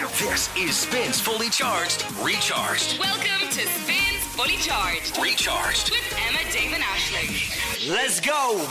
This is Spins Fully Charged, Recharged, Welcome to Spins Fully Charged Recharged. with Emma Damon Ashley. Let's go.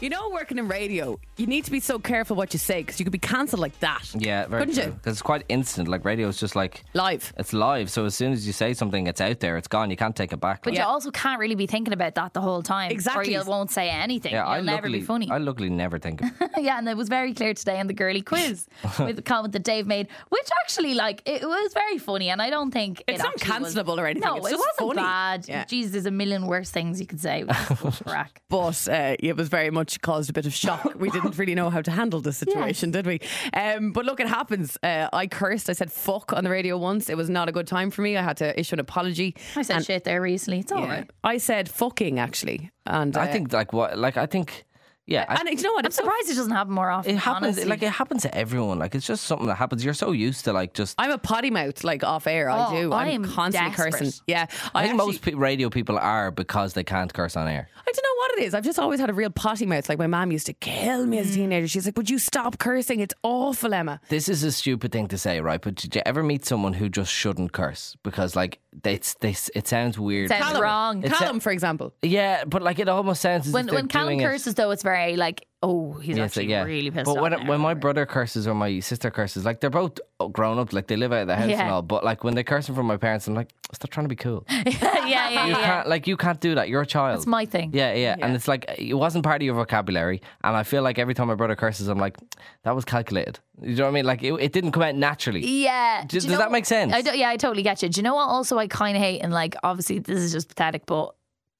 You know, working in radio, you need to be so careful what you say because you could be cancelled like that. Yeah, very couldn't true. you? 'Cause it's quite instant. Like radio is just like Live. it's live. So as soon as you say something, it's out there. It's gone. You can't take it back. But like. Yeah. you also can't really be thinking about that the whole time. Exactly. Or you won't say anything. yeah, You'll I never luckily, be funny. I luckily never think. Of it. yeah, and it was very clear today in the girly quiz with the comment that Dave made, which actually, like, it was very funny. And I don't think It's it not actually was- cancelable or anything, No, it's it just wasn't funny. bad. Yeah. Jeez, there's a million worse things you could say. It was just crack. But uh, it was very much caused a bit of shock. We didn't really know how to handle the situation, did we? Um, but look, it happens. Uh, I cursed. I said fuck on the radio once. It was not a good time for me. I had to issue an apology. I said shit there recently. It's all right. Yeah. I said fucking actually, and I uh, think like what like I think yeah. I, And you know what? I'm It's so- surprised it doesn't happen more often. it happens honestly. like it happens to everyone. Like it's just something that happens. You're so used to like just. I'm a potty mouth, like off air. I Oh, do. I I'm am constantly desperate. cursing. Yeah, I think actually- most pe- radio people are because they can't curse on air. I don't know what it is. I've just always had a real potty mouth. Like my mom used to kill me as a teenager. She's like, "Would you stop cursing? It's awful, Emma." This is a stupid thing to say, right? But did you ever meet someone who just shouldn't curse because like they, they it sounds weird. Sounds Callum. wrong. It's- Callum, for example. Yeah, but like it almost sounds as when if they're when Callum doing it- curses, though, it's very like, oh, he's Yeah, so, actually yeah. really pissed But off when, now. when my brother curses or my sister curses, like they're both grown up, like they live out of the house and Yeah. all. But like when they're cursing from my parents, I'm like, stop trying to be cool. You yeah, yeah, yeah. yeah. can't, like you can't do that. You're a child. That's my thing. Yeah, yeah, and it's like it wasn't part of your vocabulary, and I feel like every time my brother curses, I'm like, that was calculated. You know what I mean? Like it, it didn't come out naturally. Yeah. Do- Do you does that make sense? I do, yeah, I totally get you. Do you know what? Also, I kind of hate, and like, obviously, this is just pathetic, but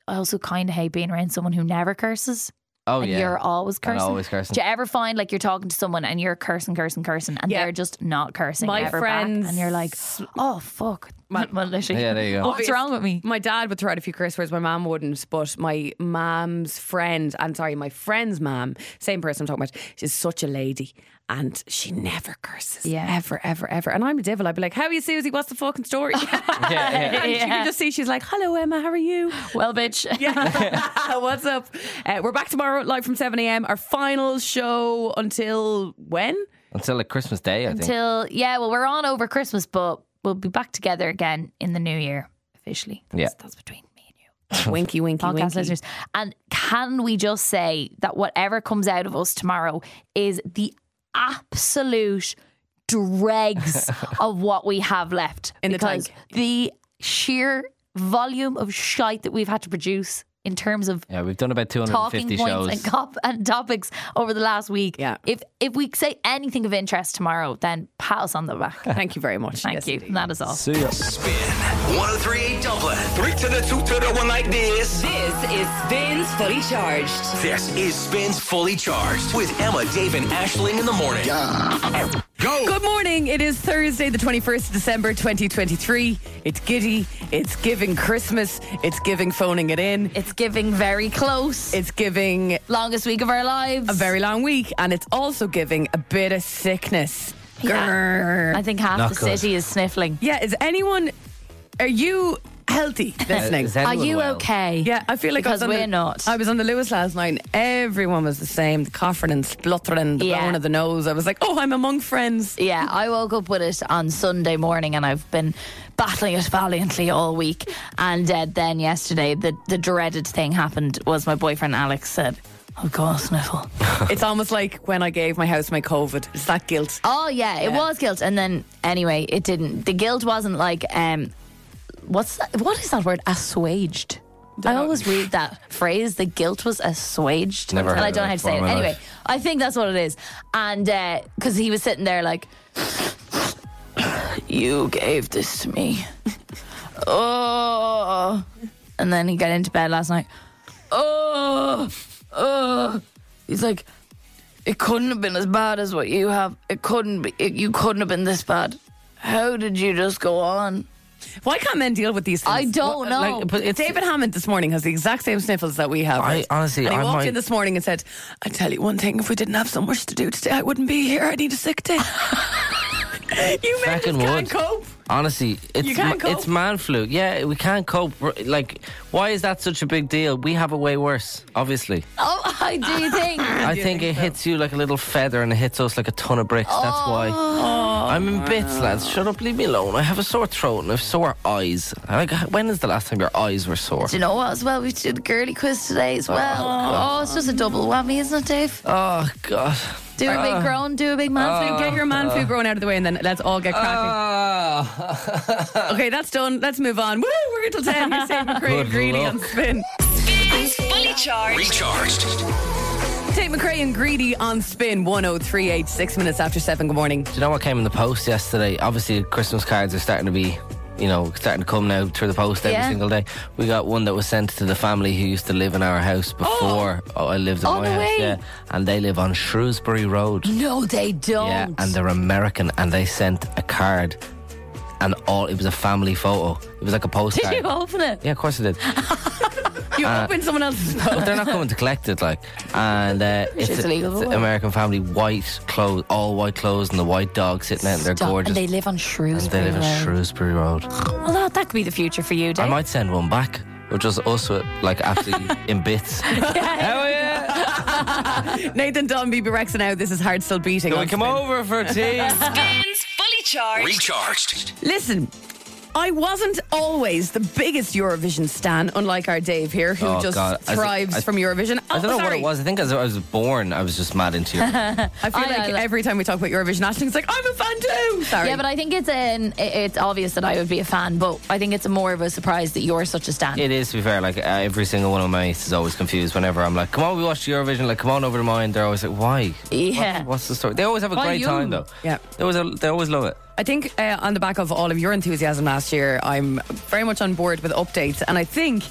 I also kind of hate being around someone who never curses. Oh and yeah, you're always And cursing. always cursing. Do you ever find like you're talking to someone and you're cursing, cursing, cursing, and Yeah. they're just not cursing My ever friends- back, and you're like, oh fuck, My- well, literally, Yeah, there you go. What's wrong with me? My dad would throw out a few curse words. My mom wouldn't, but my mom's friend, and sorry, my friend's mom, same person I'm talking about, she's such a lady, and she never curses. Yeah. ever, ever, ever. And I'm a devil. I'd be like, "How are you, Susie? What's the fucking story?" yeah, yeah. And you can just see she's like, "Hello, Emma. How are you?" Well, bitch. Yeah. What's up? Uh, we're back tomorrow, live from 7 a.m. Our final show until when? Until like Christmas Day, I think. Until yeah, well, we're on over Christmas, but we'll be back together again in the new year officially. That's, Yeah. that's between me and you. winky, winky, podcast winky. listeners. And can we just say that whatever comes out of us tomorrow is the absolute dregs of what we have left In the because tank. the sheer volume of shite that we've had to produce in terms of Yeah, we've done about talking 250 points shows. and cop and topics over the last week. Yeah. If if we say anything of interest tomorrow, then pat us on the back. Thank you very much. Thank Yes, you. indeed. And that is all. See ya. 1038 Dublin. oh Three to the two to the one like this. This is Spins Fully Charged. This is Spins Fully Charged with Emma, Dave, and Ashling in the morning. Go. Good morning. It is Thursday, the 21st of December, 2023. It's giddy. It's giving Christmas. It's giving phoning it in. It's giving very close. It's giving longest week of our lives. a very long week. And it's also giving a bit of sickness. Grrr. I think half Not the good. city is sniffling. Yeah, is anyone, are you healthy listening? Is anyone Are you well? okay? Yeah, I feel like because I was on we're the, not. I was on the Lewis last night. And everyone was the same, the coughing and spluttering, the Yeah. blowing of the nose. I was like, oh, I'm among friends. yeah, I woke up with it on Sunday morning, and I've been battling it valiantly all week. And uh, then yesterday, the the dreaded thing happened. Was my boyfriend Alex said, "I've got a sniffle." it's almost like when I gave my house my COVID. It's that guilt. Oh yeah, it was guilt. And then anyway, it didn't. The guilt wasn't like um, what's that? what is that word? Assuaged. I always read that phrase. The guilt was assuaged, Never and heard I of don't it know how to before say it. in my Anyway, life. I think that's what it is. And because he was sitting there like, you gave this to me. oh, and then he got into bed last night. Oh, oh. He's like, it couldn't have been as bad as what you have. It couldn't be. It, you couldn't have been this bad. How did you just go on? Why can't men deal with these things? I don't know. Like, but it's- David Hammond this morning has the exact same sniffles that we have. I- right? honestly, and he I walked might- in this morning and said, "I tell you one thing: if we didn't have so much to do today, I wouldn't be here. I need a sick day." you men just Fucking can't would. cope. Honestly, it's You can't ma- cope? it's man flu. Yeah, we can't cope. We're- Like, why is that such a big deal? We have it way worse. Obviously, Oh, I do think. Oh. I think, it hits you like a little feather, and it hits us like a ton of bricks. That's why. I'm in bits, lads. Shut up, leave me alone. I have a sore throat and I have sore eyes. And I, got- when is the last time your eyes were sore? Do you know what? As well, we should do the girly quiz today as well. Oh, it's just a double whammy, isn't it, Dave? Oh, God. Do a Ah. big groan, do a big man. So get your man Uh. food growing out of the way and then let's all get cracking. Ah. okay, that's done. Let's move on. Woo! We're until 10. You're saying McCray and Good Greedy luck. on spin. Spins Fully Charged. Recharged. Tate McRae and Greedy on spin 1038, six minutes after seven. Good morning. Do you know what came in the post yesterday? Obviously, Christmas cards are starting to be, you know, starting to come now through the post every Yeah. single day. We got one that was sent to the family who used to live in our house before oh, I lived in Oh, my no house. way. Yeah, and they live on Shrewsbury Road. No, they don't. Yeah, and they're American, and they sent a card, and all it was a family photo. It was like a Did postcard. you open it? Yeah, of course it did. You Uh, opened someone else's phone. but they're not coming to collect it, like. And uh, it's, is a- illegal, it's but an what? American family, white clothes, all white clothes, and the white dog sitting out. And they're Stop. gorgeous. And they live on Shrewsbury. And they live in Road. Shrewsbury Road. Well, that, that could be the future for you, I Dave. might send one back, or just us with, like absolutely in bits. Hell yeah! Nathan Don BB Rex and out. This is Hard Still Beating. Can we on come Spin. over for tea? Spins Fully Charged. Recharged. Listen, I wasn't always the biggest Eurovision stan, unlike our Dave here, who Oh, just God. I- thrives I- from Eurovision. Oh, I don't know what sorry. it was. I think as I was born, I was just mad into it. I feel I- like I- every time we talk about Eurovision, Ashley's like, I'm a fan too. Sorry. Yeah, but I think it's an, it- it's obvious that I would be a fan, but I think it's more of a surprise that you're such a stan. It is, to be fair. Like uh, every single one of my mates is always confused whenever I'm like, "Come on, we watched Eurovision." Like, "Come on over to mine." They're always like, "Why? Yeah. What- what's the story?" They always have a Why great you? time though. Yeah. they always they always love it. I think uh, on the back of all of your enthusiasm last year, I'm very much on board with updates. And I think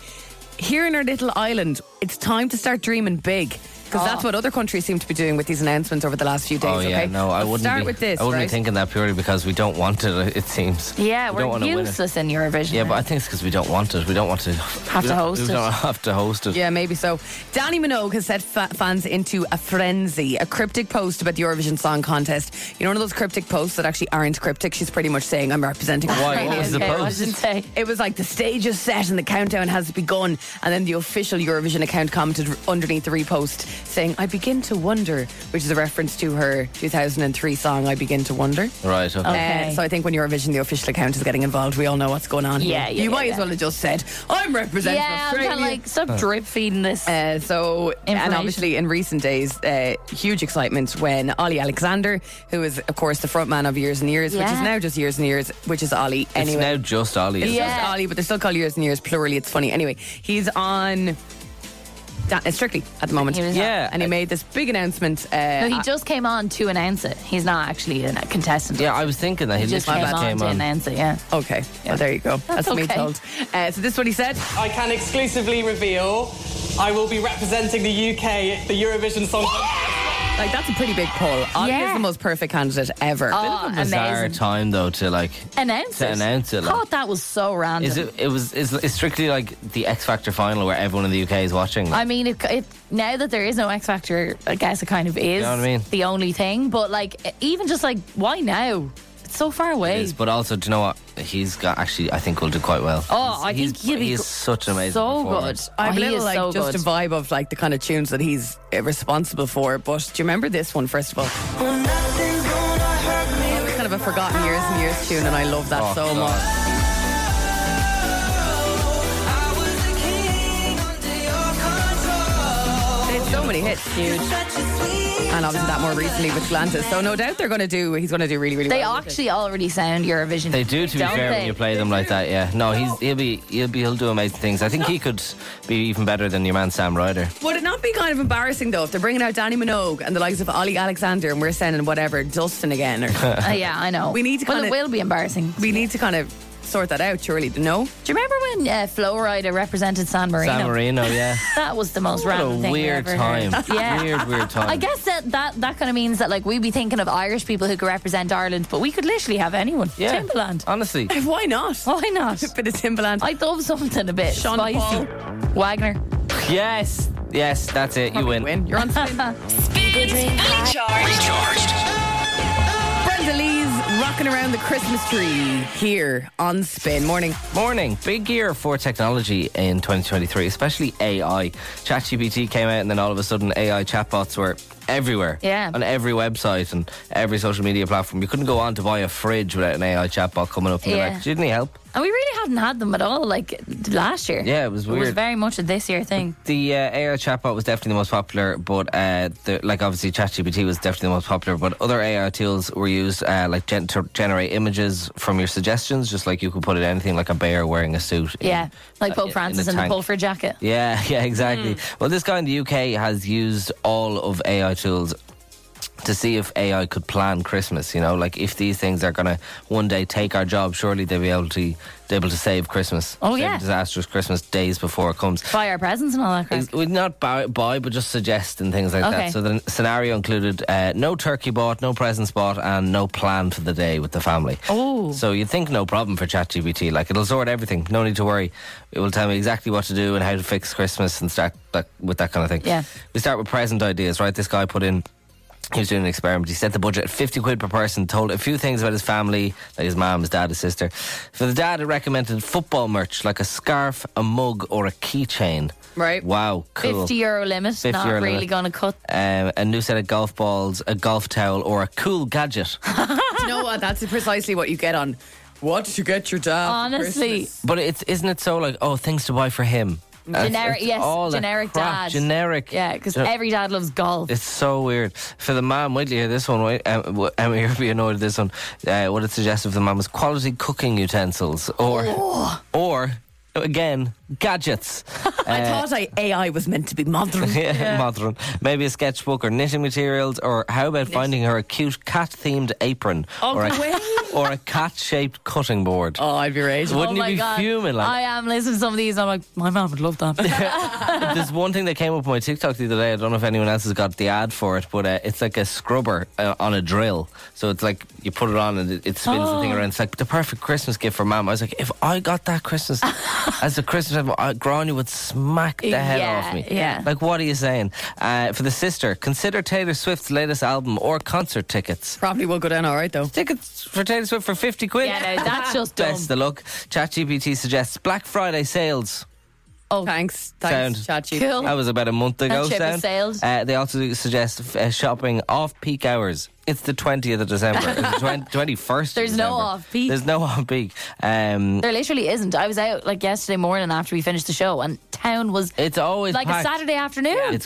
here in our little island, it's time to start dreaming big. Because Oh. that's what other countries seem to be doing with these announcements over the last few days. Ah. oh yeah, okay? no, I Let's wouldn't start be, with this. I wouldn't right? be thinking that purely because we don't want it. It seems. Yeah, we don't we're wanna win it. useless in Eurovision. Yeah, but I think it's because we don't want it. We don't want to have to host we it. don't have to host it. Yeah, maybe so. Danny Minogue has set fa- fans into a frenzy. A cryptic post about the Eurovision Song Contest. You know, one of those cryptic posts that actually aren't cryptic. She's pretty much saying, "I'm representing." Why? What was the Okay, I post? didn't say. It was like the stage is set and the countdown has begun. And then the official Eurovision account commented r- underneath the repost saying, I begin to wonder, which is a reference to her 2003 song, I Begin to Wonder. Right. Okay. Okay. Uh, so I think when Eurovision, the official account is getting involved, we all know what's going on. here. Yeah, yeah, You yeah, might as yeah. well have just said, I'm representing Yeah, I'm Australia. kind of like, stop drip feeding this. Uh, so, and Information. obviously in recent days, uh, huge excitement when Ollie Alexander, who is, of course, the frontman of Years and Years, which is Yeah. now just Years and Years, which is Ollie It's anyway. now just Ollie. isn't It's it? Yeah. just Ollie, but they still call Years and Years plurally. It's funny. Anyway, he's on da- uh, Strictly at the moment. He was on. Yeah. And he made this big announcement. Uh, no, Oh, he just came on to announce it. He's not actually a contestant. Yeah, I was thinking that he, he just literally came on to announce it. Yeah. okay, well, there you go. That's, me okay. told. Uh, so this is what he said. I can exclusively reveal I will be representing the UK at the Eurovision Song Contest. Like, that's a pretty big pull. Ollie is Yeah. the most perfect candidate ever. Oh, Bizarre amazing. time though to like. Announce To it. announce it, like- Thought that was so random. Is it? It was. It's, it's strictly like the X Factor final where everyone in the UK is watching. I mean, it, it, now that there is no X Factor, I guess it kind of is know what I mean? the only thing. But like, even just like, why now? It's so far away. It is, but also, do you know what? He's got actually. I think will do quite well. Oh, I he's, think he'll be he's go- such an amazing. so performer. good. I have oh, a he little is like so just good. a vibe of like the kind of tunes that he's uh, responsible for. But do you remember this one first of all? It's kind of a forgotten years and years tune, and I love that Oh, so God. much. They had so many hits, huge, and obviously that more recently with Galantis. So no doubt they're going to do. He's going to do really, really They well. actually already sound Eurovision. They do, to be don't fair, they? when you play them like that. Yeah. No, he's he'll be he'll be he'll do amazing things. I think he could be even better than your man Sam Ryder. Would it not be kind of embarrassing though if they're bringing out Danny Minogue and the likes of Ollie Alexander, and we're sending whatever Dustin again? Or Uh, yeah, I know. We need to Well, kinda- it will be embarrassing. we need to kind of sort that out, surely. No. Do you remember when uh, Flo Rida represented San Marino? Sam Marino, yeah. That was the most What a random thing we weird ever time. heard. Yeah. Weird, weird time. I guess that that, that kind of means that like we'd be thinking of Irish people who could represent Ireland, but we could literally have anyone. Yeah. Timberland. Honestly. Why not? Why not? Bit of Timbaland. I love something a bit Sean spicy. Paul. Wagner. Yes. Yes, that's it. You win. You're on. Spins Fully Charged. Recharged. Brenda Lee's rocking around the Christmas tree here on Spin. Morning. Morning. Big year for technology in 2023, especially AI. ChatGPT came out, and then all of a sudden, AI chatbots were everywhere. Yeah. On every website and every social media platform. You couldn't go on to buy a fridge without an AI chatbot coming up and Yeah. yeah. like, didn't he help? And we really hadn't had them at all, like last year. Yeah, it was It was weird. very much a this year thing. The uh, AI chatbot was definitely the most popular, but uh, the, like obviously ChatGPT was definitely the most popular. But other AI tools were used, uh, like gen- to generate images from your suggestions, just like you could put it anything like a bear wearing a suit. in- Yeah, like in- Pope in Francis a in the tank. Bulford jacket. Yeah, yeah, Mm. exactly. Well, this guy in the UK has used all of AI tools to see if AI could plan Christmas. You know, like if these things are going to one day take our job, surely they'll be able to they're able to save Christmas. Oh, save yeah. a disastrous Christmas days before it comes. Buy our presents and all that crap. It would not buy, buy, but just suggest and things like Okay. that. So the scenario included uh, no turkey bought, no presents bought, and no plan for the day with the family. Oh. So you'd think no problem for ChatGPT. Like it'll sort everything. No need to worry. It will tell me exactly what to do and how to fix Christmas and start that, with that kind of thing. Yeah. We start with present ideas, right? This guy put in. He was doing an experiment. He set the budget at 50 quid per person, told a few things about his family, like his mom, his dad, his sister. For the dad, it recommended football merch, like a scarf, a mug, or a keychain. Right. Wow, cool. 50 euro limit, 50 not euro really limit. going to cut. Um, a new set of golf balls, a golf towel, or a cool gadget. Do you know what? That's precisely what you get on. What did you get your dad? for Honestly, Christmas? but it's isn't it so like oh things to buy for him? That's- generic, it's all yes, that generic crap, dad. Generic. Yeah, because Gen- every dad loves golf. It's so weird. For the mom, wait till you hear this one. Wait, um, w- Emma, you'll be annoyed at this one. Uh, what it suggested for the mom was quality cooking utensils or, Oh. or again, gadgets. Uh, I thought I AI was meant to be modern. Yeah, modern. Maybe a sketchbook or knitting materials, or how about finding her a cute cat themed apron or, a, or a cat shaped cutting board? Oh, I'd be raging. Wouldn't oh my you be God. fuming? I Like, am listening to some of these. I'm like, my mom would love that. there's one thing that came up on my TikTok the other day. I don't know if anyone else has got the ad for it, but uh, it's like a scrubber uh, on a drill. So it's like you put it on and it, it spins the thing around. It's like the perfect Christmas gift for mom. I was like, if I got that Christmas as a Christmas present, I- Granny would smack the head Yeah, off me. yeah. Like, what are you saying? Uh, for the sister, consider Taylor Swift's latest album or concert tickets. Probably will go down all right though. Tickets for Taylor Swift for 50 quid. yeah, no, that's just dumb. Best of luck. ChatGPT suggests Black Friday sales. Oh. Thanks. Thanks, Sound. Chachi. Cool. That was about a month ago. ship has Sound. sailed. Uh, they also do suggest uh, shopping off peak hours. It's the 20th of December. It's the twen- 21st. There's of no December. off-peak. There's no off peak. Um, There literally isn't. I was out like yesterday morning after we finished the show, and town was it's always like packed. a Saturday afternoon. It's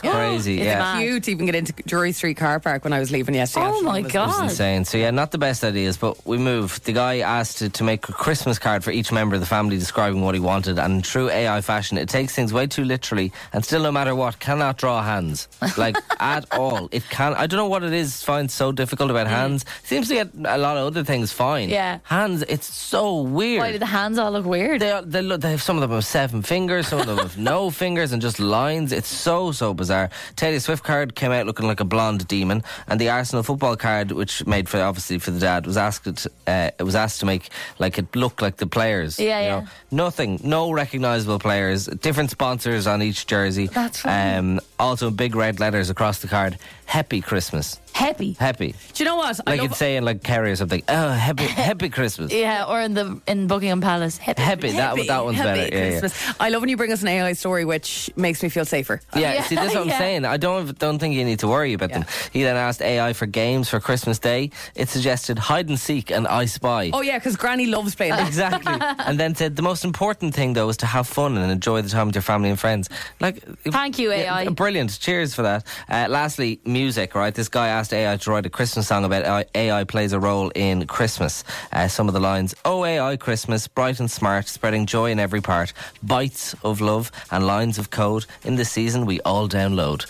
crazy. It's yeah. mad. Cute to even get into Drury Street car park when I was leaving yesterday. Oh afternoon. my It was- It god! was insane. So yeah, not the best ideas, but we move. The guy asked to, to make a Christmas card for each member of the family, describing what he wanted. And in true AI fashion, it takes things way too literally, and still, no matter what, cannot draw hands like at all. It can. I don't know what it is. Finds so difficult about hands. Seems to get a lot of other things fine. Mm. Yeah. hands. It's so weird. Why did the hands all look weird? They, are, they, look, they have some of them have seven fingers, some of them have no fingers and just lines. It's so so bizarre. Taylor Swift card came out looking like a blonde demon, and the Arsenal football card, which made for obviously for the dad, was asked uh, it was asked to make like it look like the players. Yeah, yeah. Nothing, no recognizable players. Different sponsors on each jersey. That's right. um, also in big red letters across the card. Happy Christmas. Happy. Happy. Do you know what? I Like love it's saying like Kerry or something. Oh, happy, happy Christmas. Yeah, or in the in Buckingham Palace. Happy. Happy, that, Happy- that one's happy better. Yeah, yeah. Christmas. I love when you bring us an AI story, which makes me feel safer. Yeah, Yeah, see, that's what I'm yeah. saying. I don't don't think you need to worry about them. He then asked AI for games for Christmas Day. It suggested hide and seek and I Spy. Oh yeah, because Granny loves playing. that. Exactly, and then said the most important thing though is to have fun and enjoy the time with your family and friends. Like, Thank you, AI. brilliant. Cheers for that. Uh, lastly, music. Right, this guy asked AI to write a Christmas song about AI, AI plays a role in Christmas. Uh, some of the lines: "Oh AI Christmas, bright and smart, spreading joy in every part, bites of love and lines of code in the season we all download."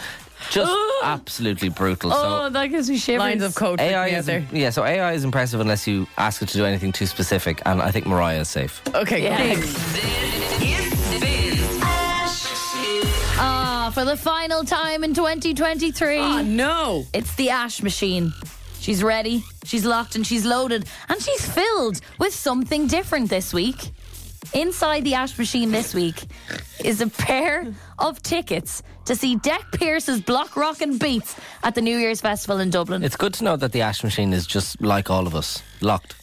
Just absolutely brutal. so Oh, that gives me Uh, shivers. Lines of code. freak AI me out is there. yeah, so AI is impressive unless you ask it to do anything too specific, and I think Mariah is safe. Okay. Yeah. Big. Ah, for the final time in 2023, Ah, no. it's the Ash machine. She's ready, she's locked, and she's loaded, and she's filled with something different this week. Inside the ash machine this week is a pair of tickets to see Deck Pierce's Block Rock and Beats at the New Year's Festival in Dublin. It's good to know that the ash machine is just like all of us, locked.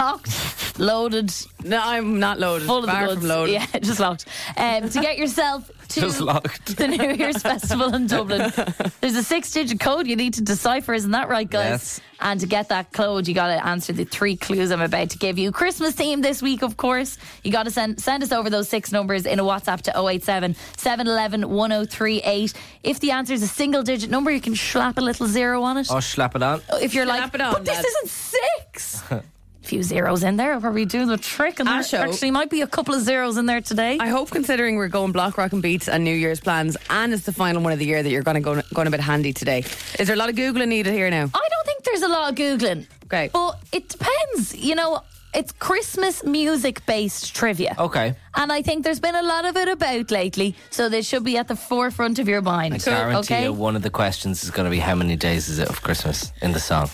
locked, loaded, No, I'm not loaded. full of Far the goods. from loaded. Yeah, just locked. Um, to get yourself to Just locked. the New Year's Festival in Dublin, there's a six-digit code you need to decipher. Isn't that right, guys? Yes. And to get that code, you got to answer the three clues I'm about to give you. Christmas theme this week, of course. You got to send send us over those six numbers in a WhatsApp to 087 711 1038. If the answer is a single-digit number, you can slap a little zero on it Oh, slap it on. if you're Slap like, it on, but this lads." isn't six. A few zeros in there, are we doing the trick? And there Asho. actually might be a couple of zeros in there today. I hope, considering we're going block rock and beats and New Year's plans, and it's the final one of the year, that you're going to go going a bit handy today. Is there a lot of googling needed here now? I don't think there's a lot of googling. Great. but it depends. You know, it's Christmas music based trivia. Okay. And I think there's been a lot of it about lately, so they should be at the forefront of your mind. Guarantee okay, you one of the questions is going to be how many days is it of Christmas in the song?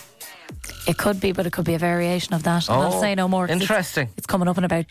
it could be, but it could be a variation of that. and I'll Oh, say no more. 'cause it's- interesting. It's, coming up in about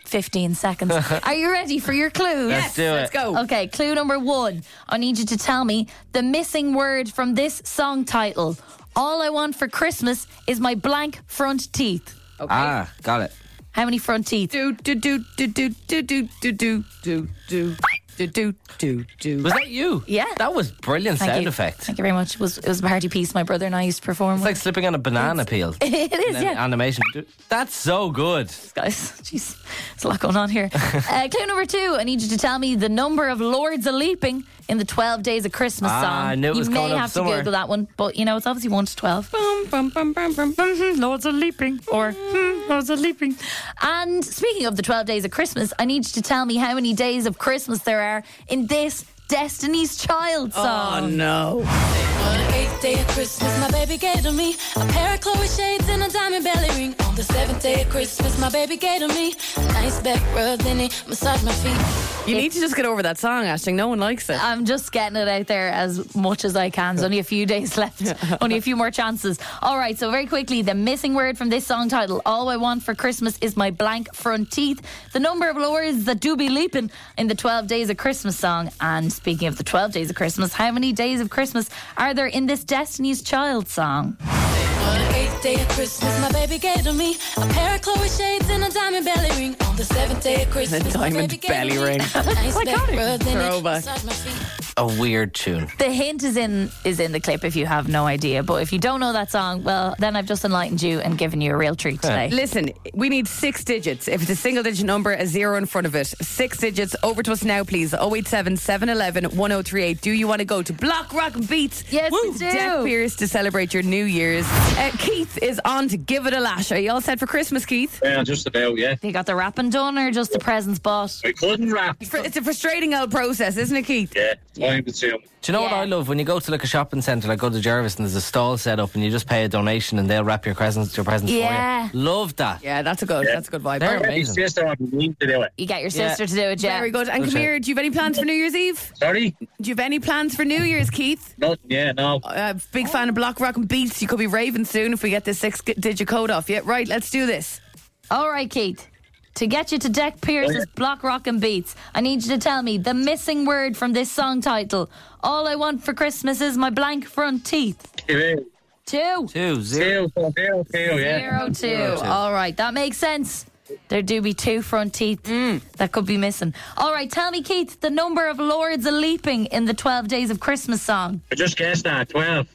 15 seconds. Are you ready for your clues? Let's do it. Let's go. Okay, clue number one. I need you to tell me the missing word from this song title. All I want for Christmas is my blank front teeth. Okay. Ah, got it. How many front teeth? Do do do do do do do do do do do do do do do. Was that you? Yeah. That was brilliant Thank sound you. effect. Thank you very much. It was it was a party piece my brother and I used to perform. It's like slipping on a banana peel. with. it is, yeah. Animation. That's so good. guys. Jeez, there's a lot going on here. uh, clue number two. I need you to tell me the number of Lords a Leaping in the 12 Days of Christmas Ah, song. I knew it you was may coming up have somewhere. to Google that one, but you know, it's obviously 1 to 12. Bum, bum, bum, bum, bum. hmm, Lords are leaping, or hmm, Lords are leaping. And speaking of the 12 days of Christmas, I need you to tell me how many days of Christmas there are in this Destiny's Child song. Oh no. On the eighth day of Christmas, my baby gave to me a pair of Chloe shades and a diamond belly ring. On the seventh day of Christmas, my baby gave to me a nice back rub, then he massaged my feet. You need to just get over that song, Ashton. No one likes it. I'm just getting it out there as much as I can. There's only a few days left, only a few more chances. All right, so very quickly, the missing word from this song title All I Want for Christmas is My Blank Front Teeth. The number of lords that do be leaping in the 12 Days of Christmas song. And speaking of the 12 Days of Christmas, how many days of Christmas are there in this Destiny's Child song? On the eighth day of Christmas, my baby gave to me a pair of Chloe shades and a diamond belly ring. On the seventh day of Christmas, my diamond baby gave to belly me a ring. nice back Iconic. rub, then he Throwback. massaged my feet. A weird tune. The hint is in is in the clip if you have no idea. But if you don't know that song, well, then I've just enlightened you and given you a real treat today. Listen, we need six digits. If it's a single digit number, a zero in front of it. Six digits. Over to us now, please. 087 711 1038. Do you want to go to Block Rock Beats? Yes, we do. Deaf Pierce to celebrate your New Year's. Uh, Keith is on to give it a lash. Are you all set for Christmas, Keith? Yeah, just about, yeah. They got the rapping done or just the presents bought? I couldn't rap. Fr- It's a frustrating old process, isn't it, Keith? Yeah, time consuming. Do you know what Yeah. I love? When you go to like a shopping centre, like go to Jervis, and there's a stall set up, and you just pay a donation, and they'll wrap your presents, your presents Yeah. for you. Love that. Yeah, that's a good. That's a good vibe. They're All right. amazing. It's just I haven't been to do it. You get your Yeah. sister to do it, yeah. Very good. And Good come shout. here. Do you have any plans for New Year's Eve? Sorry? Do you have any plans for New Year's, Keith? Nothing, yeah, no. Uh, big fan of Block Rock and Beats. You could be raving soon if we get this six digit code off. Yeah, right. Let's do this. All right, Keith. To get you to Deck Pierce's Block Rock and Beats, I need you to tell me the missing word from this song title. All I want for Christmas is my blank front teeth. Two, Two. Two zero. two, two, two, yeah. Zero, two. All right, that makes sense. There do be two front teeth that could be missing. All right, tell me, Keith, the number of lords a leaping in the 12 Days of Christmas song. I just guessed that, 12.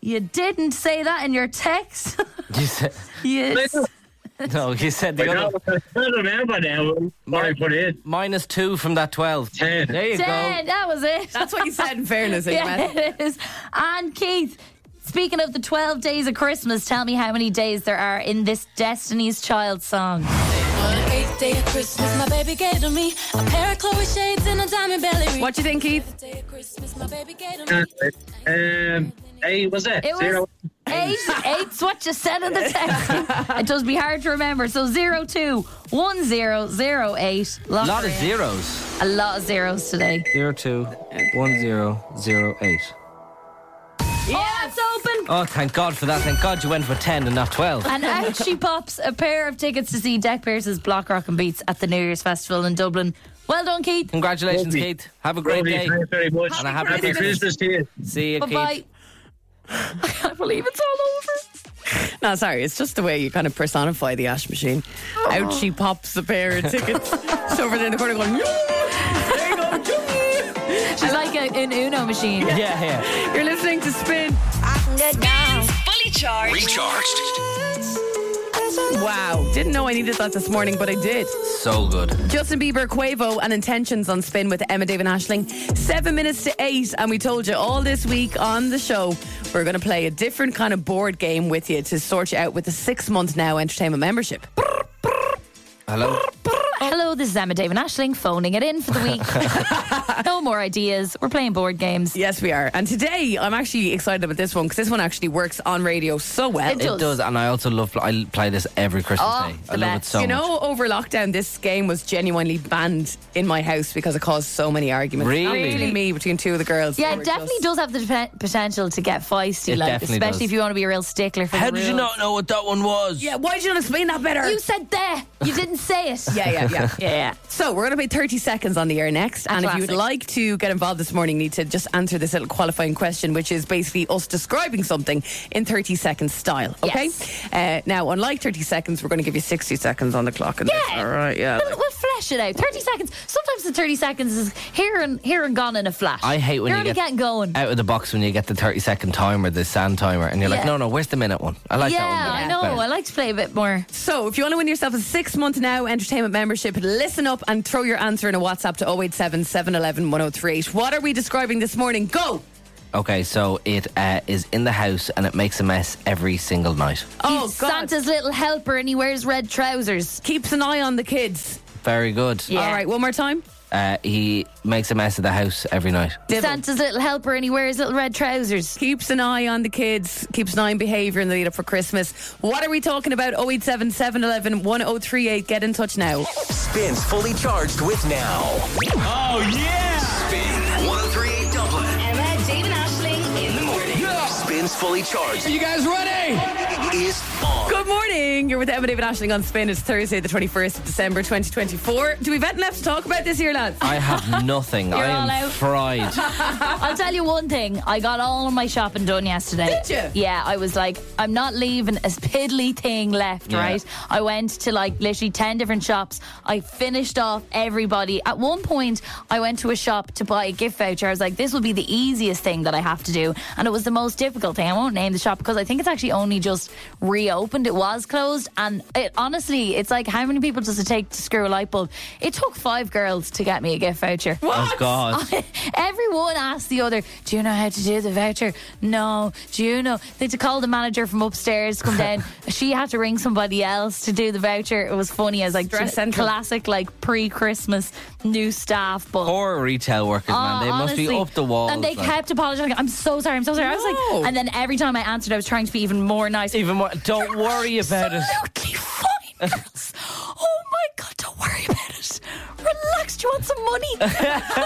You didn't say that in your text. You said, yes. no, you said I the other. don't, I don't remember now what I put in. Minus two from that twelve. Ten. There you go. Dead. That was it. That's what you said, in fairness, Yeah, Ingmar. it is. And Keith, speaking of the 12 days of Christmas, tell me how many days there are in this Destiny's Child song. On the eighth day of Christmas, my baby gave to me a pair of Chloe shades and a diamond belly ring. What do you think, Keith? Day of Christmas, my baby gave to me. Um, hey, was it? It was Zero. eight. Eight's what you said in the text. it does be hard to remember. So zero two one zero zero eight. A lot of zeros. a lot of zeros today. Zero two one zero zero eight. Oh, it's open Oh, thank God for that. Thank God you went for 10 and not 12. And out she pops a pair of tickets to see Deck Pierce's Block Rock and Beats at the New Year's Festival in Dublin. Well done, Keith. Congratulations, Lovely. Keith. Have a great Lovely, day. Thanks very much. And a happy Happy Christmas. Christmas to you. See you, Bye Keith. bye. I can't believe it's all over. No, sorry. It's just the way you kind of personify the ash machine. Out she pops a pair of tickets. She's over there in the corner going, "Yeah, there you go. yeah." She's like a, an Uno machine. Yeah, yeah. You're listening to Spin. Spins Fully Charged. Recharged. Wow. Didn't know I needed that this morning, but I did. So good. Justin Bieber, Quavo, and Intentions on Spin with Emma, David, Ashling. Seven minutes to eight, and we told you all this week on the show we're going to play a different kind of board game with you to sort you out with a six month now entertainment membership. Hello. Hello, this is Emma David Ashling phoning it in for the week. no more ideas. We're playing board games. Yes, we are. And today, I'm actually excited about this one because this one actually works on radio so well. It It does, and I also love. I play this every Christmas Oh, day. I the love best. it so you much. know, over lockdown, this game was genuinely banned in my house because it caused so many arguments. Really? Not between me, between two of the girls. Yeah, They it were definitely just- does have the depe- potential to get feisty, It like definitely especially does. if you want to be a real stickler for How the did you rules. not know what that one was? Yeah, why did you not explain that better? You said there. You didn't say it. yeah, yeah, yeah. Yeah. So we're going to play 30 seconds on the air next. and if you'd classic. like to get involved this morning, you need to just answer this little qualifying question, which is basically us describing something in 30 seconds style. Okay? Yes. Uh, now, unlike 30 seconds, we're going to give you 60 seconds on the clock. And that's Yeah. All right, yeah. We'll, we'll flesh it out. Thirty seconds. Sometimes the thirty seconds is here and here and gone in a flash. I hate when you're you get already getting going. out of the box when you get the thirty second timer, the sand timer, and you're like, Yeah. no, no, where's the minute one? I like yeah, that one. I know. I like to play a bit more. So, if you want to win yourself a six month now entertainment membership, listen up and throw your answer in a WhatsApp to 087 711 1038. What are we describing this morning? Go! Okay, so it uh, is in the house and it makes a mess every single night. Oh, He's God. Santa's little helper, and he wears red trousers. keeps an eye on the kids. Very good. Yeah. All right, one more time. Uh, he makes a mess of the house every night. Dibble. Santa's little helper, and he wears little red trousers. Keeps an eye on the kids, keeps an eye on behaviour in the lead up for Christmas. What are we talking about? 087 711 1038. Get in touch now. Spins fully charged with now. Oh, yeah! Spin 1038 Dublin. Emma, David, Ashling in the morning. Spins fully charged You guys ready? is on. Good morning. You're with Emma David Ashling on Spin. It's Thursday, the 21st of December, 2024. Do we have anything left to talk about this year, lads? I have nothing. I am all out. fried. Oh, I'll tell you one thing. I got all of my shopping done yesterday. Did you? Yeah, I was like, I'm not leaving a piddly thing left, Yeah. right? I went to like literally 10 different shops. I finished off everybody. At one point, I went to a shop to buy a gift voucher. I was like, this will be the easiest thing that I have to do. And it was the most difficult thing. I won't name the shop because I think it's actually only just reopened. It was closed. And it honestly, it's like, how many people does it take to screw a light bulb? It took five girls to get me a gift voucher. Oh God. Everyone asked the other, Do you know how to do the voucher? No. Do you know? They had to call the manager from upstairs to come down. she had to ring somebody else to do the voucher. It was funny. I was like, Stress "Gee, central." classic, like pre Christmas new staff. But Poor retail workers, man. Oh, They must be honestly. up the wall. And they kept apologizing. I'm so sorry. I'm so sorry. I was No. like, and then every time I answered, I was trying to be even more nice. Even more. Don't worry about it. Absolutely fine, girls. Oh my God, don't worry about it. Relax. Do you want some money? Do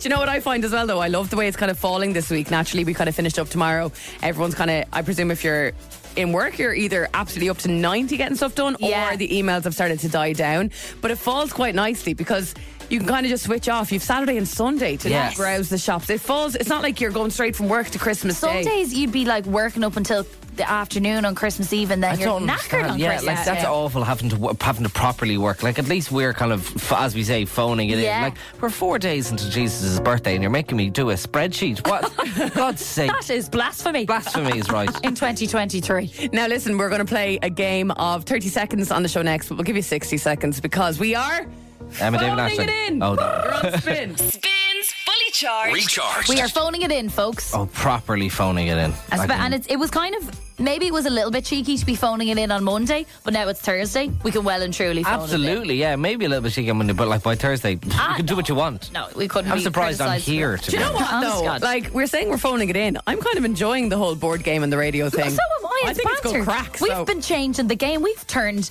you know what I find as well, though? I love the way it's kind of falling this week. Naturally, we kind of finished up tomorrow. Everyone's kind of, I presume, if you're in work, you're either absolutely up to 90 getting stuff done Yeah. or the emails have started to die down. But it falls quite nicely because. You can kind of just switch off. You've Saturday and Sunday to Yes. browse the shops. It falls. It's not like you're going straight from work to Christmas Some Day. days you'd be like working up until the afternoon on Christmas Eve, and then I you're don't knackered on understand. Yeah, Christmas. like that's Day. awful having to wo- having to properly work. Like at least we're kind of, f- as we say, phoning it Yeah. in. Like we're four days into Jesus' birthday, and you're making me do a spreadsheet. What? God's sake! That is blasphemy. Blasphemy is right. in 2023. Now, listen, we're going to play a game of 30 seconds on the show next, but we'll give you 60 seconds because we are Emma David phoning Ashton. it in. Oh, You're that. on spin. Spins Fully Charged. Recharged. We are phoning it in, folks. Oh, properly phoning it in. As- Like, and it's, it was kind of maybe it was a little bit cheeky to be phoning it in on Monday, but now it's Thursday. We can well and truly phone It in. absolutely, yeah. Maybe a little bit shaky on Monday, but like by Thursday, you can do what you want. Ah, No, we couldn't. I'm be surprised I'm criticised for here. it. To Do be you know what Honest though? God. Like we're saying, we're phoning it in. I'm kind of enjoying the whole board game and the radio thing. So am I. It's I think it's banter. going crack. We've so. been changing the game. We've turned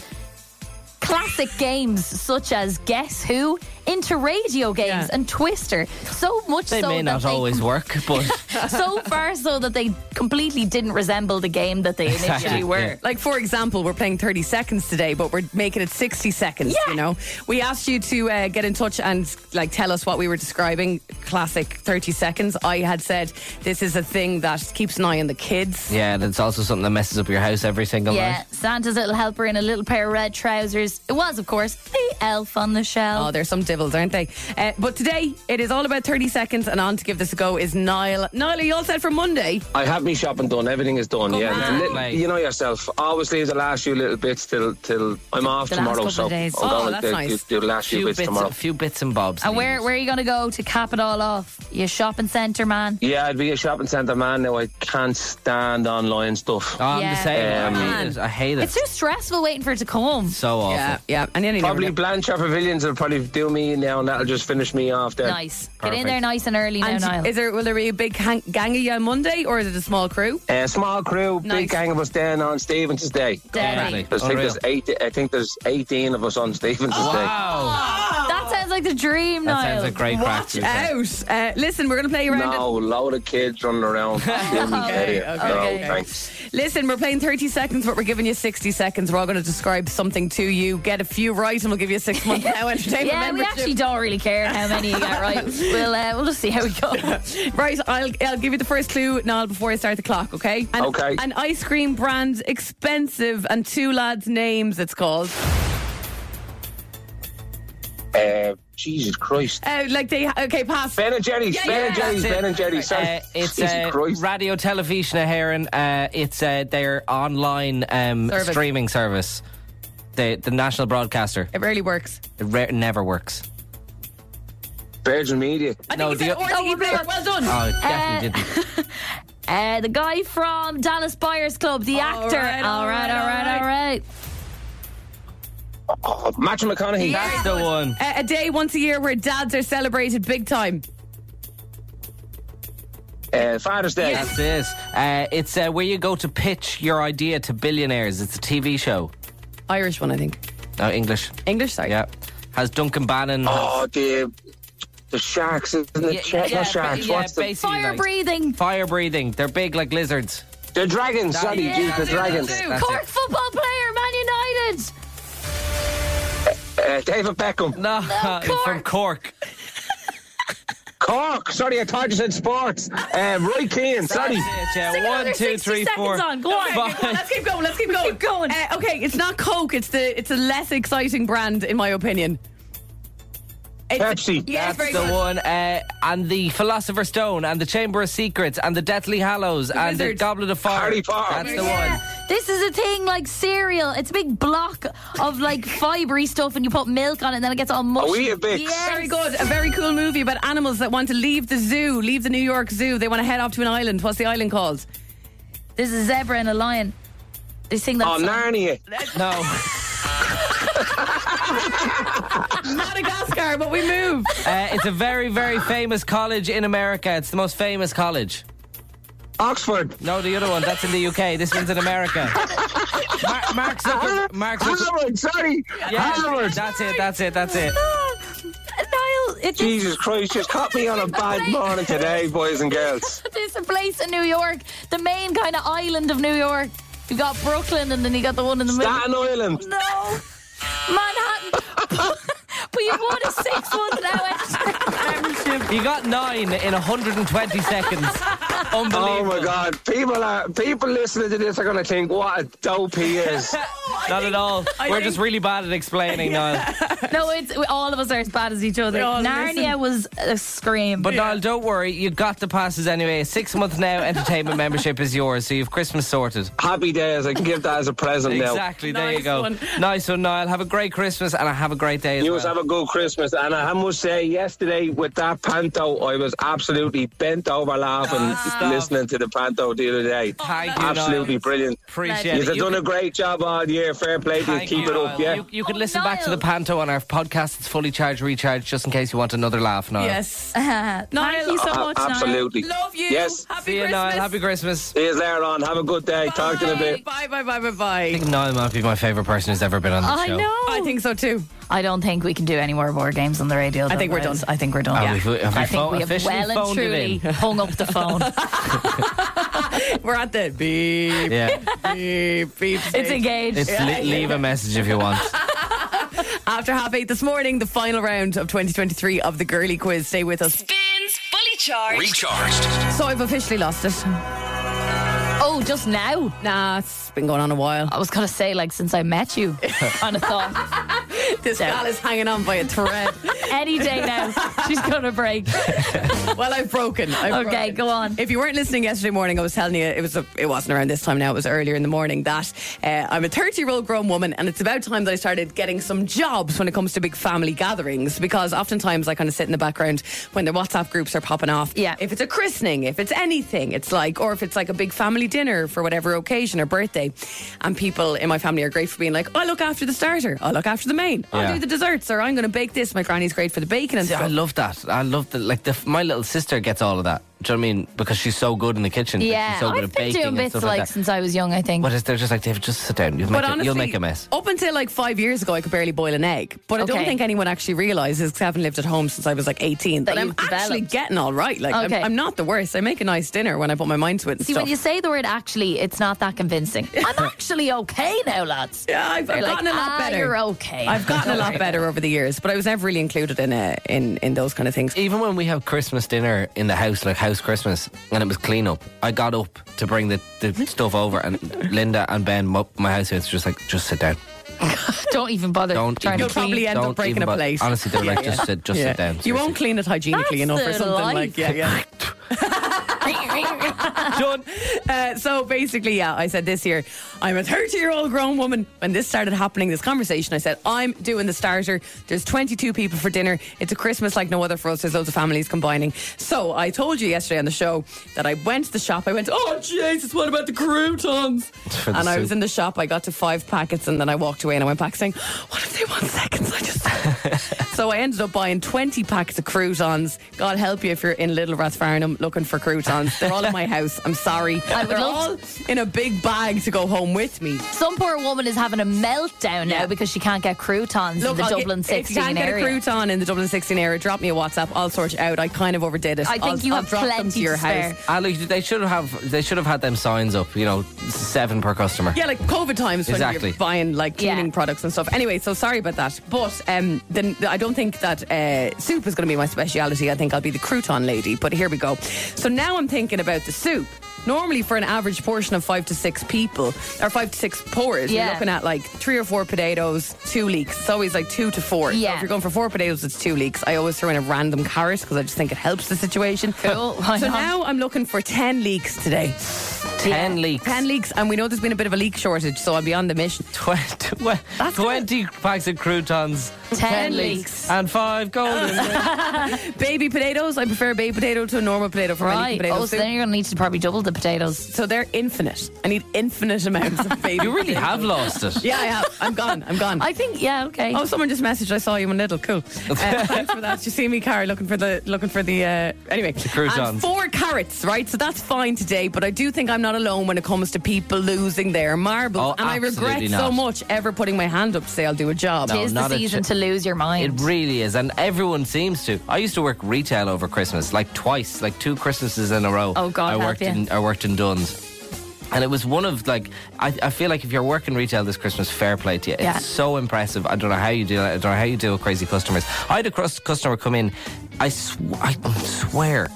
classic games such as Guess Who into radio games Yeah. and Twister. So much They so may that not they always work, but so far so that they completely didn't resemble the game that they initially Exactly, were. yeah. Like, for example, we're playing 30 seconds today, but we're making it 60 seconds, Yeah. you know? We asked you to uh, get in touch and, like, tell us what we were describing. Classic 30 seconds. I had said this is a thing that keeps an eye on the kids. yeah, and it's also something that messes up your house every single Yeah, night. Santa's little helper in a little pair of red trousers. It was, of course, the elf on the Oh, shelf. there's some divils, aren't they? Uh, but today, it is all about 30 seconds, and on to give this a go is Niall. Niall, are you all set for Monday? I have me shopping done. Everything is done. yeah, man. Little- Like- you know yourself. Always leave the last few little bits till till I'm off the last tomorrow. couple So of days. I'm Oh, gonna that's do, nice. do, do the last few Few bits bits, tomorrow. a few bits and bobs. And Uh, where, where are you going to go to cap it all off? Your shopping centre, man. Yeah, I'd be a shopping centre man now. I can't stand online stuff. Oh, I'm the Yeah. same. I Man. hate it. I hate it. It's too stressful waiting for it to come. so awful. Yeah, yeah. And then you never Probably know. Blanchard Pavilions will probably do me now, and that'll just finish me off there. Nice. Get in Perfect. there nice and early And now, Niall. is there will there be a big hang- gang of you on Monday, or is it a small crew? Uh, small crew, Nice. big gang of us down on Stevens' day. Deadly. I think, there's eight, I think there's 18 of us on Stevens' day. Wow. That sounds like the dream, That Niall. sounds like great Watch practice. out! Uh, listen, we're going to play around. No, load of kids running around. okay, okay. No, thanks. Listen, we're playing 30 seconds, but we're giving you 60 seconds. We're all going to describe something to you. Get a few right, and we'll give you a six month now entertainment yeah, we membership. actually don't really care how many you got right. We'll, uh, we'll just see how we go. Right, I'll, I'll give you the first clue, Niall, before I start the clock, okay? An, Okay. An ice cream brand, expensive, and two lads' names, it's called. Uh, Jesus Christ. Uh, like they, okay, pass. Ben and Jerry's, Yeah, Ben yeah, and Jerry's, that's it. Ben and Jerry's. Sorry. Uh, it's Jesus uh, Christ. Radio Televisión Heron. Uh, it's uh, their online um, Service. streaming service. The the national broadcaster. It rarely works. It re- never works. Virgin Media. I think No, it's the- an RTE player. Well done. Oh, it definitely didn't. Uh, the guy from Dallas Buyers Club, the All actor. right, all all right, right, all all right, right. all right. Oh, Matthew McConaughey. That's the one. Uh, A, a day once a year where dads are celebrated big time. Uh, Father's Day. That's it. Uh, it's uh, where you go to pitch your idea to billionaires. It's a TV show. Irish one, I think. No English. English, sorry. Yeah. Has Duncan Bannon. Oh, the, the Sharks, isn't it? Sharks, not Sharks. yeah, What's the, basically Fire like- breathing. Fire breathing. They're big like lizards. the Dragons. Sorry, Yeah, Jesus, the that's it, Dragons. that's it. Cork football player, Man United. Uh, David Beckham. No, Cork. from Cork. Cork. Sorry, I thought you said sports. Uh, Roy Keane. Sorry. That's it, yeah. Stick One, another two, 60 three, seconds four. on. Go on. five. Let's keep going. Let's keep going. Keep going. Uh, okay, it's not Coke. It's the it's a less exciting brand, in my opinion. It's, Pepsi. Yes, very That's the good. one. Uh, and the Philosopher's Stone, and the Chamber of Secrets, and the Deathly Hallows, and Wizard. the Goblet of Fire. Harry Potter. That's the Yeah. one. This is a thing like cereal. It's a big block of like fibery stuff, and you put milk on it, and then it gets all mushy. we a Bix? Yes. Very good. A very cool movie about animals that want to leave the zoo, leave the New York Zoo. They want to head off to an island. What's the island called? There's a zebra and a lion. They sing that Oh, song. Narnia. No. Madagascar, but we move. Uh, it's a very, very famous college in America. It's the most famous college. Oxford. No, the other one. That's in the UK. This one's in America. Mar- Mark Zucker- Mark Zucker- Harvard. Sorry. Yeah, Harvard. that's it. That's it. That's it. Niall, it is Jesus Christ, just caught me on a bad morning today, boys and girls. there's a place in New York, the main kind of island of New York. You got Brooklyn, and then you got the one in the middle. Staten Island. No, Manhattan. but you won a six one now. Esther. You got nine in 120 seconds. Unbelievable. Oh my God! People are people listening to this are going to think what a dope he is. Not at all. I We're think- just really bad at explaining, Niall. No, it's all of us are as bad as each other. We all listen. Narnia was a scream. But Niall, don't worry. You got the passes anyway. A six month now entertainment membership is yours, so you've Christmas sorted. Happy days! I can give that as a present Exactly. There you Nice go. one. Nice one, Niall. Have a great Christmas and have a great day as now. You well. must have a good Christmas, and I must say, yesterday with that panto, I was absolutely bent over laughing listening to the panto the other day. Thank you, absolutely Niall. brilliant. Appreciate You've it. done can- a great job all year. Fair play to you. Thank Keep you, it up, Niall. yeah. You, you can Oh, listen back to the Niall. panto on our podcast. It's fully charged, recharged, just in case you want another laugh, Niall. Yes. Thank you so A- much, Niall. absolutely. Love you. Yes. Happy See you, Christmas. Niall. Happy Christmas. See you later on. Have a good day. Talk to you in a bit. Bye, bye, bye, bye, I bye. think Niall might be my favourite person who's ever been on the I show. know. I think so too. I don't think we can do any more board games on the radio. I though, think we're guys. done. I think we're done. Oh, we've- have we I think pho- we have officially well and phoned it truly in? hung up the phone. We're at the beep, Yeah. beep, beep. it's stage. engaged. It's le- leave a message if you want. After half eight this morning, the final round of 2023 of the girly quiz. Stay with us. Spins Fully Charged. Recharged. So I've officially lost it. Oh, just now. Nah, it's been going on a while. I was gonna say like since I met you on a thought. This gal is hanging on by a thread. Any day now, she's gonna break. well, I've broken. I've Okay, broken. go on. If you weren't listening yesterday morning, I was telling you it was a, it wasn't around this time now. It was earlier in the morning that uh, I'm a 30 year old grown woman, and it's about time that I started getting some jobs when it comes to big family gatherings because oftentimes I kind of sit in the background when their WhatsApp groups are popping off. Yeah. If it's a christening, if it's anything, it's like, or if it's like a big family dinner for whatever occasion or birthday, and people in my family are great for being like, I'll look after the starter, I'll look after the main, I'll Yeah. do the desserts, or I'm going to bake this. My granny's great for the bacon and See, I stuff. love that. I love that. Like the, my little sister gets all of that. Do you know what I mean? Because she's so good in the kitchen. like, Yeah, she's so good I've at been baking doing and bits stuff like, like, that. since I was young. I think. But it's, they're just like David. Just sit down. You'll make, But it- honestly, you'll make a mess. Up until like five years ago, I could barely boil an egg. But I don't Okay. think anyone actually realizes because I haven't lived at home since I was like 18 that, That I'm you've developed. actually getting all right. Like, Okay. I'm, I'm not the worst. I make a nice dinner when I put my mind to it and See, stuff. when you say the word actually, it's not that convincing. I'm actually okay now, lads. yeah, I've, They're I've like, gotten a lot "Ah, better. You're okay. I've gotten a lot better over the years, but I was never really included in uh, in in those kind of things. Even when we have Christmas dinner in the house, like house Christmas, and it was clean up, I got up to bring the, the Mm-hmm. stuff over, and Linda and Ben, my, my housemates, just like, just sit down. Don't even bother Don't trying even- You'll to clean. probably end Don't up breaking even a bother. plate. Honestly, they're like, just sit, just Yeah. sit down. You won't clean it hygienically That's enough or the something life. like yeah, yeah. John. Uh, so basically, yeah, I said this year, I'm a 30 year old grown woman. When this started happening, this conversation, I said, I'm doing the starter. There's 22 people for dinner. It's a Christmas like no other for us. There's loads of families combining. So I told you yesterday on the show that I went to the shop. I went, oh, Jesus, what about the croutons? For And the I soup. was in the shop. I got to five packets and then I walked away and I went back saying, what if they want seconds? I just. so I ended up buying 20 packets of croutons. God help you if you're in Little Rathfarnham looking for croutons. They're all in my house. I'm sorry. I would They're love all in a big bag to go home with me. Some poor woman is having a meltdown Yeah. now because she can't get croutons in the I'll get- Dublin if you 16 can't area. get a crouton in the Dublin 16 area, drop me a WhatsApp. I'll sort you out. I kind of overdid it. I think I'll, you I'll have drop them plenty to to your house. spare. Ah, look, they should have. They should have had them signs up. You know, seven per customer. Yeah, like COVID times when Exactly. you're buying like cleaning Yeah. products and stuff. Anyway, so sorry about that. But um, then I don't think that uh, soup is going to be my speciality. I think I'll be the crouton lady. But here we go. So now I'm thinking about the soup. Normally, for an average portion of five to six people or five to six pourers, you're Yeah. looking at like three or four potatoes, two leeks. It's always like two to four. So Yeah. if you're going for four potatoes, it's two leeks. I always throw in a random carrot because I just think it helps the situation. Cool, why so not? now I'm looking for ten leeks today. ten leaks. 10 leaks, and we know there's been a bit of a leak shortage, so I'll be on the mission. Twenty, That's 20 packs of croutons, 10 leeks. and five golden. Baby potatoes, I prefer a baby potato to a normal potato for my leek Right. potato Oh, so soup. then you're going to need to probably double the potatoes. so they're infinite. I need infinite amounts of baby. you really have lost it. yeah, I have. I'm gone. I'm gone. I think, yeah, okay. Oh, someone just messaged. I saw you in Little. Cool. Uh, thanks for that. You see me, Cara, looking for the looking for the uh, anyway. croutons. And four carrots, right? So that's fine today. But I do think I'm not alone when it comes to people losing their marbles, Oh, and I regret absolutely so not. much ever putting my hand up to say I'll do a job. No, Tis the not a season ch- to lose your It mind. really is, and everyone seems to. I used to work retail over Christmas, like twice, like two Christmases in a row. Oh, God I help worked you. in I worked in Dunn's. And it was one of like I, I feel like if you're working retail this Christmas, fair play to you. Yeah. It's so impressive. I don't know how you do that. I don't know how you deal with crazy customers. I had a crus- customer come in. I, sw- I swear,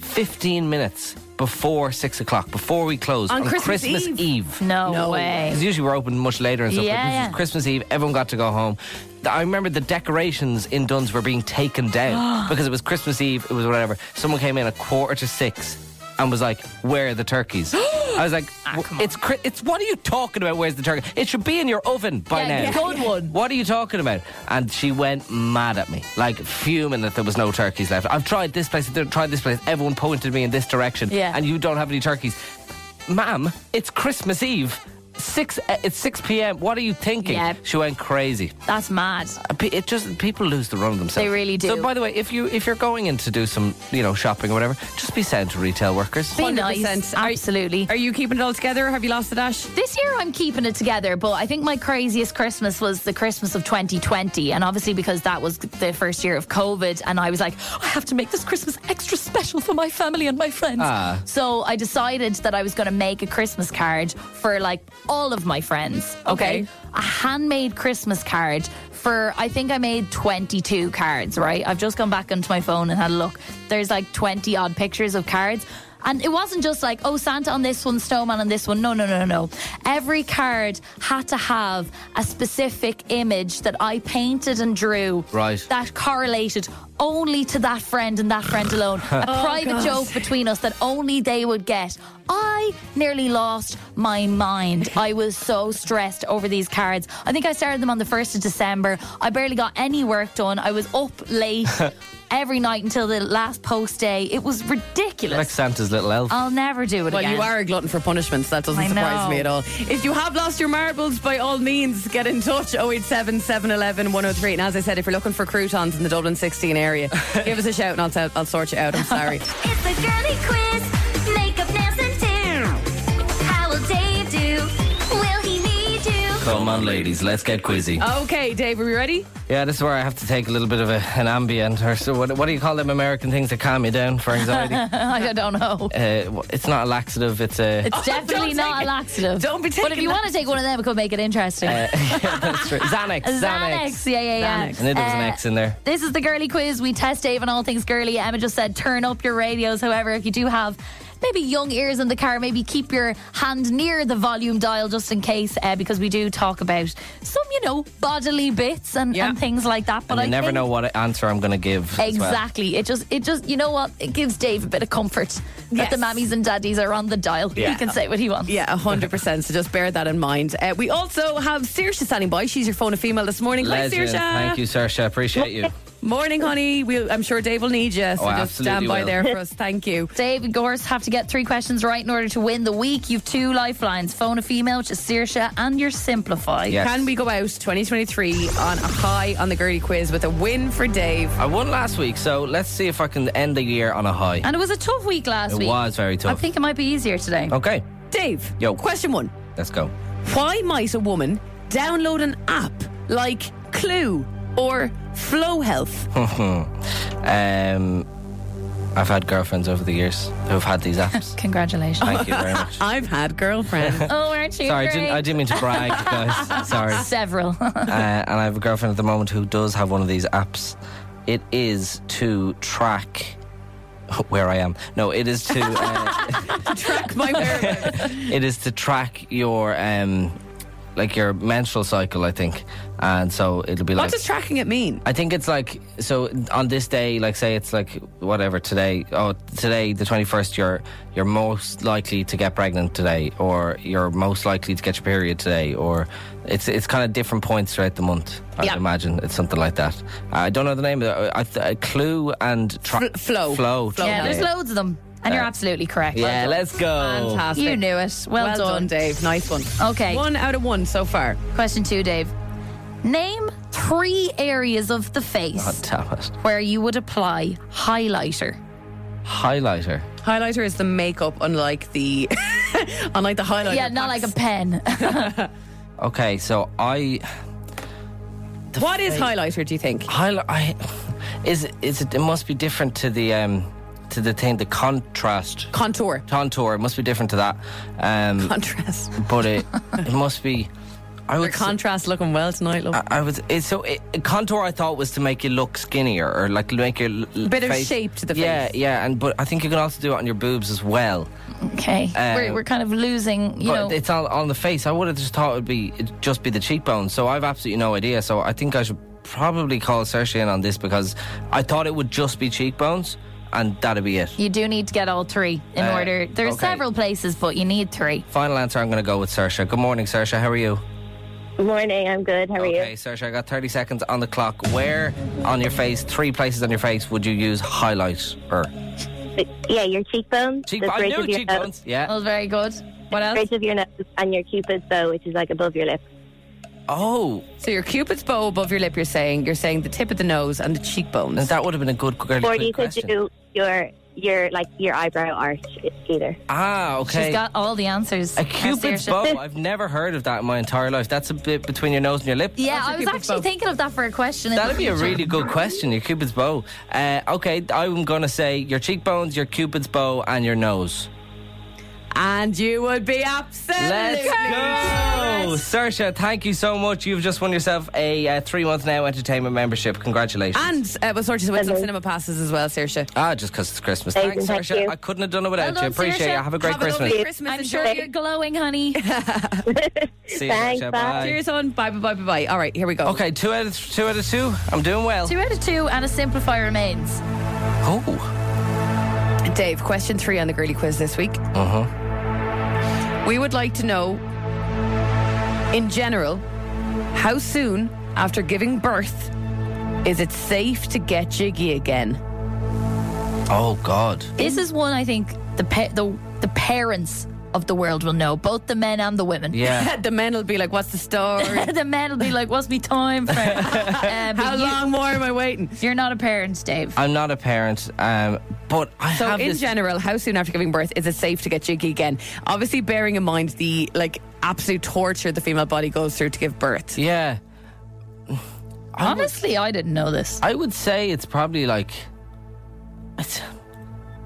fifteen minutes before six o'clock, before we closed On Christmas Eve? Eve. no, No. way. Because usually we're open much later and stuff. Yeah, but this yeah. was Christmas Eve. Everyone got to go home. Th- I remember the decorations in Dunn's were being taken down because it was Christmas Eve. It was whatever. Someone came in at quarter to six and was like, "Where are the turkeys?" I was like, Ah, "W- "It's Chri- it's what are you talking about? Where's the turkey? It should be in your oven by Yeah, now." good one. What are you talking about? And she went mad at me, like fuming that there was no turkeys left. I've tried this place. I've tried this place. Everyone pointed me in this direction. Yeah. And you don't have any turkeys ma'am, it's Christmas Eve. six. uh, It's six p.m. What are you thinking? Yeah. She went crazy. That's mad. Uh, pe- It just people lose the run of themselves. They really do. So, by the way, if you if you're going in to do some you know shopping or whatever, just be sound to retail workers. Be nice. Absolutely. Are you keeping it all together? Have you lost it, Ash? This year I'm keeping it together, but I think my craziest Christmas was the Christmas of 2020. And obviously, because that was the first year of COVID, and I was like, "Oh, I have to make this Christmas extra special for my family and my friends. Ah. So I decided that I was going to make a Christmas card for like all of my friends. Okay. Okay. A handmade Christmas card for, I think I made 22 cards, right? I've just gone back onto my phone and had a look. There's like 20 odd pictures of cards. And it wasn't just like, oh, Santa on this one, Snowman on this one. No, no, no, no, no. Every card had to have a specific image that I painted and drew Right. that correlated only to that friend and that friend alone. A private joke between us that only they would get. I nearly lost my mind. I was so stressed over these cards. I think I started them on the 1st of December. I barely got any work done. I was up late every night until the last post day. It was ridiculous. Like Santa's little elf. I'll never do it Well, again. you are a glutton for punishments. That doesn't I surprise know. me at all. If you have lost your marbles, by all means, get in touch Oh, 087 711 103. And as I said, if you're looking for croutons in the Dublin 16 area, give us a shout and I'll, tell, I'll sort you out. I'm sorry. It's a girly quiz. Makeup, nails, and do. How will Dave do? Will he need you? Come on, ladies, let's get quizzy. Uh. okay, Dave, are we ready? Yeah, this is where I have to take a little bit of a, an ambient, or so what, what do you call them American things that calm you down for anxiety? uh, I don't know. wh- it's not a laxative, it's a. It's definitely Oh, don't not take a it. laxative. Don't be But if taking you that. Uh, want to take one of them, it could make it interesting. yeah, that's true. Xanax, Xanax. Xanax. Yeah, yeah, yeah. I knew there was an Uh, X in there. This is the girly quiz. We test Dave on all things girly. Emma just said turn up your radios. However, if you do have maybe young ears in the car, maybe keep your hand near the volume dial just in case, uh, because we do talk about some, you know, bodily bits and, Yeah. and things like that. But And you I never think- know what answer I'm going to give. as well. Exactly. It just, it just, you know what? It gives Dave a bit of comfort Yes. that the mammies and daddies are on the dial. Yeah. He can say what he wants. Yeah, 100%. so just bear that in mind. Uh, we also have Saoirse standing by. She's your phone a female this morning. Legend. Hi, Saoirse. Thank you, Saoirse. Appreciate you. Morning, honey. We'll, I'm sure Dave will need you. So Oh, I just stand absolutely by will. there for us. Thank you. Dave and Gorse have to get three questions right in order to win the week. You've two lifelines: phone a female, which is Saoirse, and your simplify. Yes. Can we go out 2023 on a high on the girly quiz with a win for Dave? I won last week, so let's see if I can end the year on a high. And it was a tough week last it week. was very I tough. Oh. think it might be easier today. okay, Dave, Yo. question one. let's go. Why might a woman download an app like Clue or Flow Health? Um, I've had girlfriends over the years who've had these apps. Congratulations. Thank you very much. I've had girlfriend. oh, aren't you? Sorry, I great? didn't, I didn't mean to brag, guys. Sorry. Several. Uh, and I have a girlfriend at the moment who does have one of these apps. It is to track where I am. No, it is to uh, Track my whereabouts. it is to track your um, like your menstrual cycle, I think. And so it'll be like What does tracking it mean? I think it's like so on this day, like say it's like whatever today. Oh, today the twenty first. You're you're most likely to get pregnant today, or you're most likely to get your period today, or it's it's kind of different points throughout the month. I Yeah. imagine it's something like that. I don't know the name. Of it. I, I, I clue and tra- Fl- flow. flow, Flow. yeah, there's Yeah, loads of them, and you're absolutely correct. Uh, Yeah, let's go. Fantastic. You knew it. Well, Well done, Dave. Nice one. Okay. One out of one so far. Question two, Dave. Name three areas of the God face damn it. where you would apply highlighter. Highlighter. Highlighter is the makeup, unlike the unlike the highlighter. yeah, not like packs. a pen. Okay, so I What is highlighter? Do you think? highlight I, is it- is it, it must be different to the um to the thing the contrast Contour. contour it must be different to that um Contrast. but it it must be I Your would say- contrast looking well tonight, love. I was it, so it, contour. I thought was to make you look skinnier or like make your l- Bit of face- shape to the Yeah, face. yeah, and but I think you can also do it on your boobs as well. Okay. Uh, we're, we're kind of losing, you but know. it's all on the face. I would have just thought it would be it'd just be the cheekbone. So I've absolutely no idea. So I think I should probably call Saoirse in on this because I thought it would just be cheekbones and that'd be it. You do need to get all three in Uh, order. There's okay. several places, but you need three. Final answer. I'm going to go with Saoirse. Good morning, Saoirse. How are you? Morning, I'm good. How are Okay, Saoirse, I got 30 seconds on the clock. Where on your face, three places on your face, would you use highlight or you? Yeah, your cheekbones. cheekbones? the I bridge knew of your nose. cheekbones. Yeah. That was very good. What else? Bridge of your nose and your cupid's bow, which is like above your lip. Oh. So your cupid's bow above your lip, you're saying you're saying the tip of the nose and the cheekbones. And that would have been a good girl. or you could do your your like your eyebrow arch either. Ah, okay. She's got all the answers. a cupid's bow. I've never heard of that in my entire life. That's a bit between your nose and your lip. Yeah, I was actually thinking of that for a question. in That'd the be a future. really good question. Your cupid's bow. Uh, okay, I'm gonna say your cheekbones, your cupid's bow, and your nose. And you would be absolutely. Let's go, Sersha. Thank you so much. You've just won yourself a uh, three month now entertainment membership. Congratulations. And uh, we'll sort you with some cinema passes as well, Saoirse. Ah, just because it's Christmas. Amazing, Thanks, thank Sersha. you. I couldn't have done it without Well you. done, Appreciate Sersha. it. Have a great Have a Christmas. lovely Christmas. I'm sure you're glowing, honey. See you, Thanks, Sersha. bye. Cheers on. Bye, bye, bye, bye, bye. All right, here we go. Okay, two out of two out of two. I'm doing well. Two out of two, and a simplifier remains. Oh. Dave, question three on the girly quiz this week. Uh huh. We would like to know, in general, how soon after giving birth is it safe to get jiggy again? Oh God. This is one I think the pa- the the parents of the world will know, both the men and the women. Yeah. the men will be like, "What's the story?" the men will be like, "What's me time for?" How long more am I waiting? You're not a parent, Dave. I'm not a parent, um, but I So, have in this. general, how soon after giving birth is it safe to get jiggy again? Obviously, bearing in mind the like absolute torture the female body goes through to give birth. Yeah. Honestly, I didn't know this. I would say it's probably like. It's,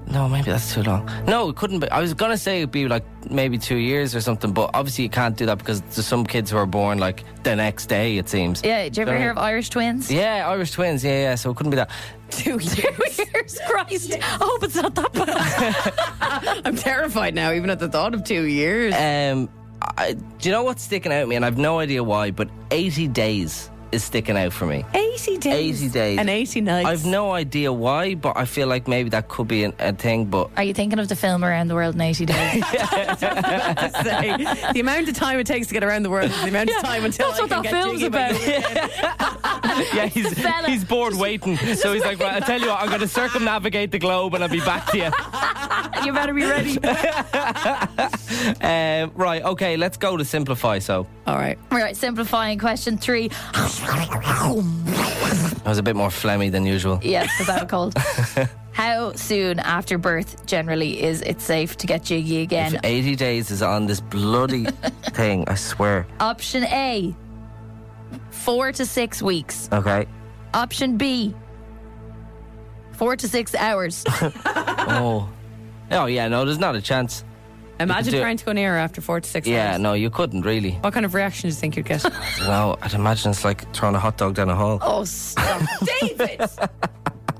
no, maybe that's too long. No, it couldn't be. I was gonna say it'd be like maybe two years or something, but obviously you can't do that because there's some kids who are born like the next day. It seems. Yeah, did you ever Don't- hear of Irish twins? Yeah, Irish twins. Yeah, yeah. So it couldn't be that. Two years. Two years, Christ. I hope it's not that bad. I'm terrified now, even at the thought of two years. Um, I, do you know what's sticking out at me? And I've no idea why, but 80 days is sticking out for me. 80 days. 80 days. And 80 nights. I've no idea why, but I feel like maybe that could be an, a thing. But Are you thinking of the film Around the World in 80 Days? Say, the amount of time it takes to get around the world is the amount of time until that's I what can that get film's jiggy about. yeah, he's fella. he's bored waiting, so he's like, right, I tell you what, I'm going to circumnavigate the globe and I'll be back to you. you better be ready. Um, right, okay, let's go to simplify. So All right. All right, simplifying question three. I was a bit more phlegmy than usual. Yes, because I have a cold. How soon after birth, generally, is it safe to get jiggy If again? 80 days is on this bloody thing, I swear. Option A, four to six weeks. Okay. Option B, four to six hours. Oh. Oh, yeah, no, there's not a chance. Imagine do it. trying to go near her after four to six Yeah, hours. no, you couldn't really. What kind of reaction do you think you'd get? No, I'd imagine it's like throwing a hot dog down a hole. oh, stop. David!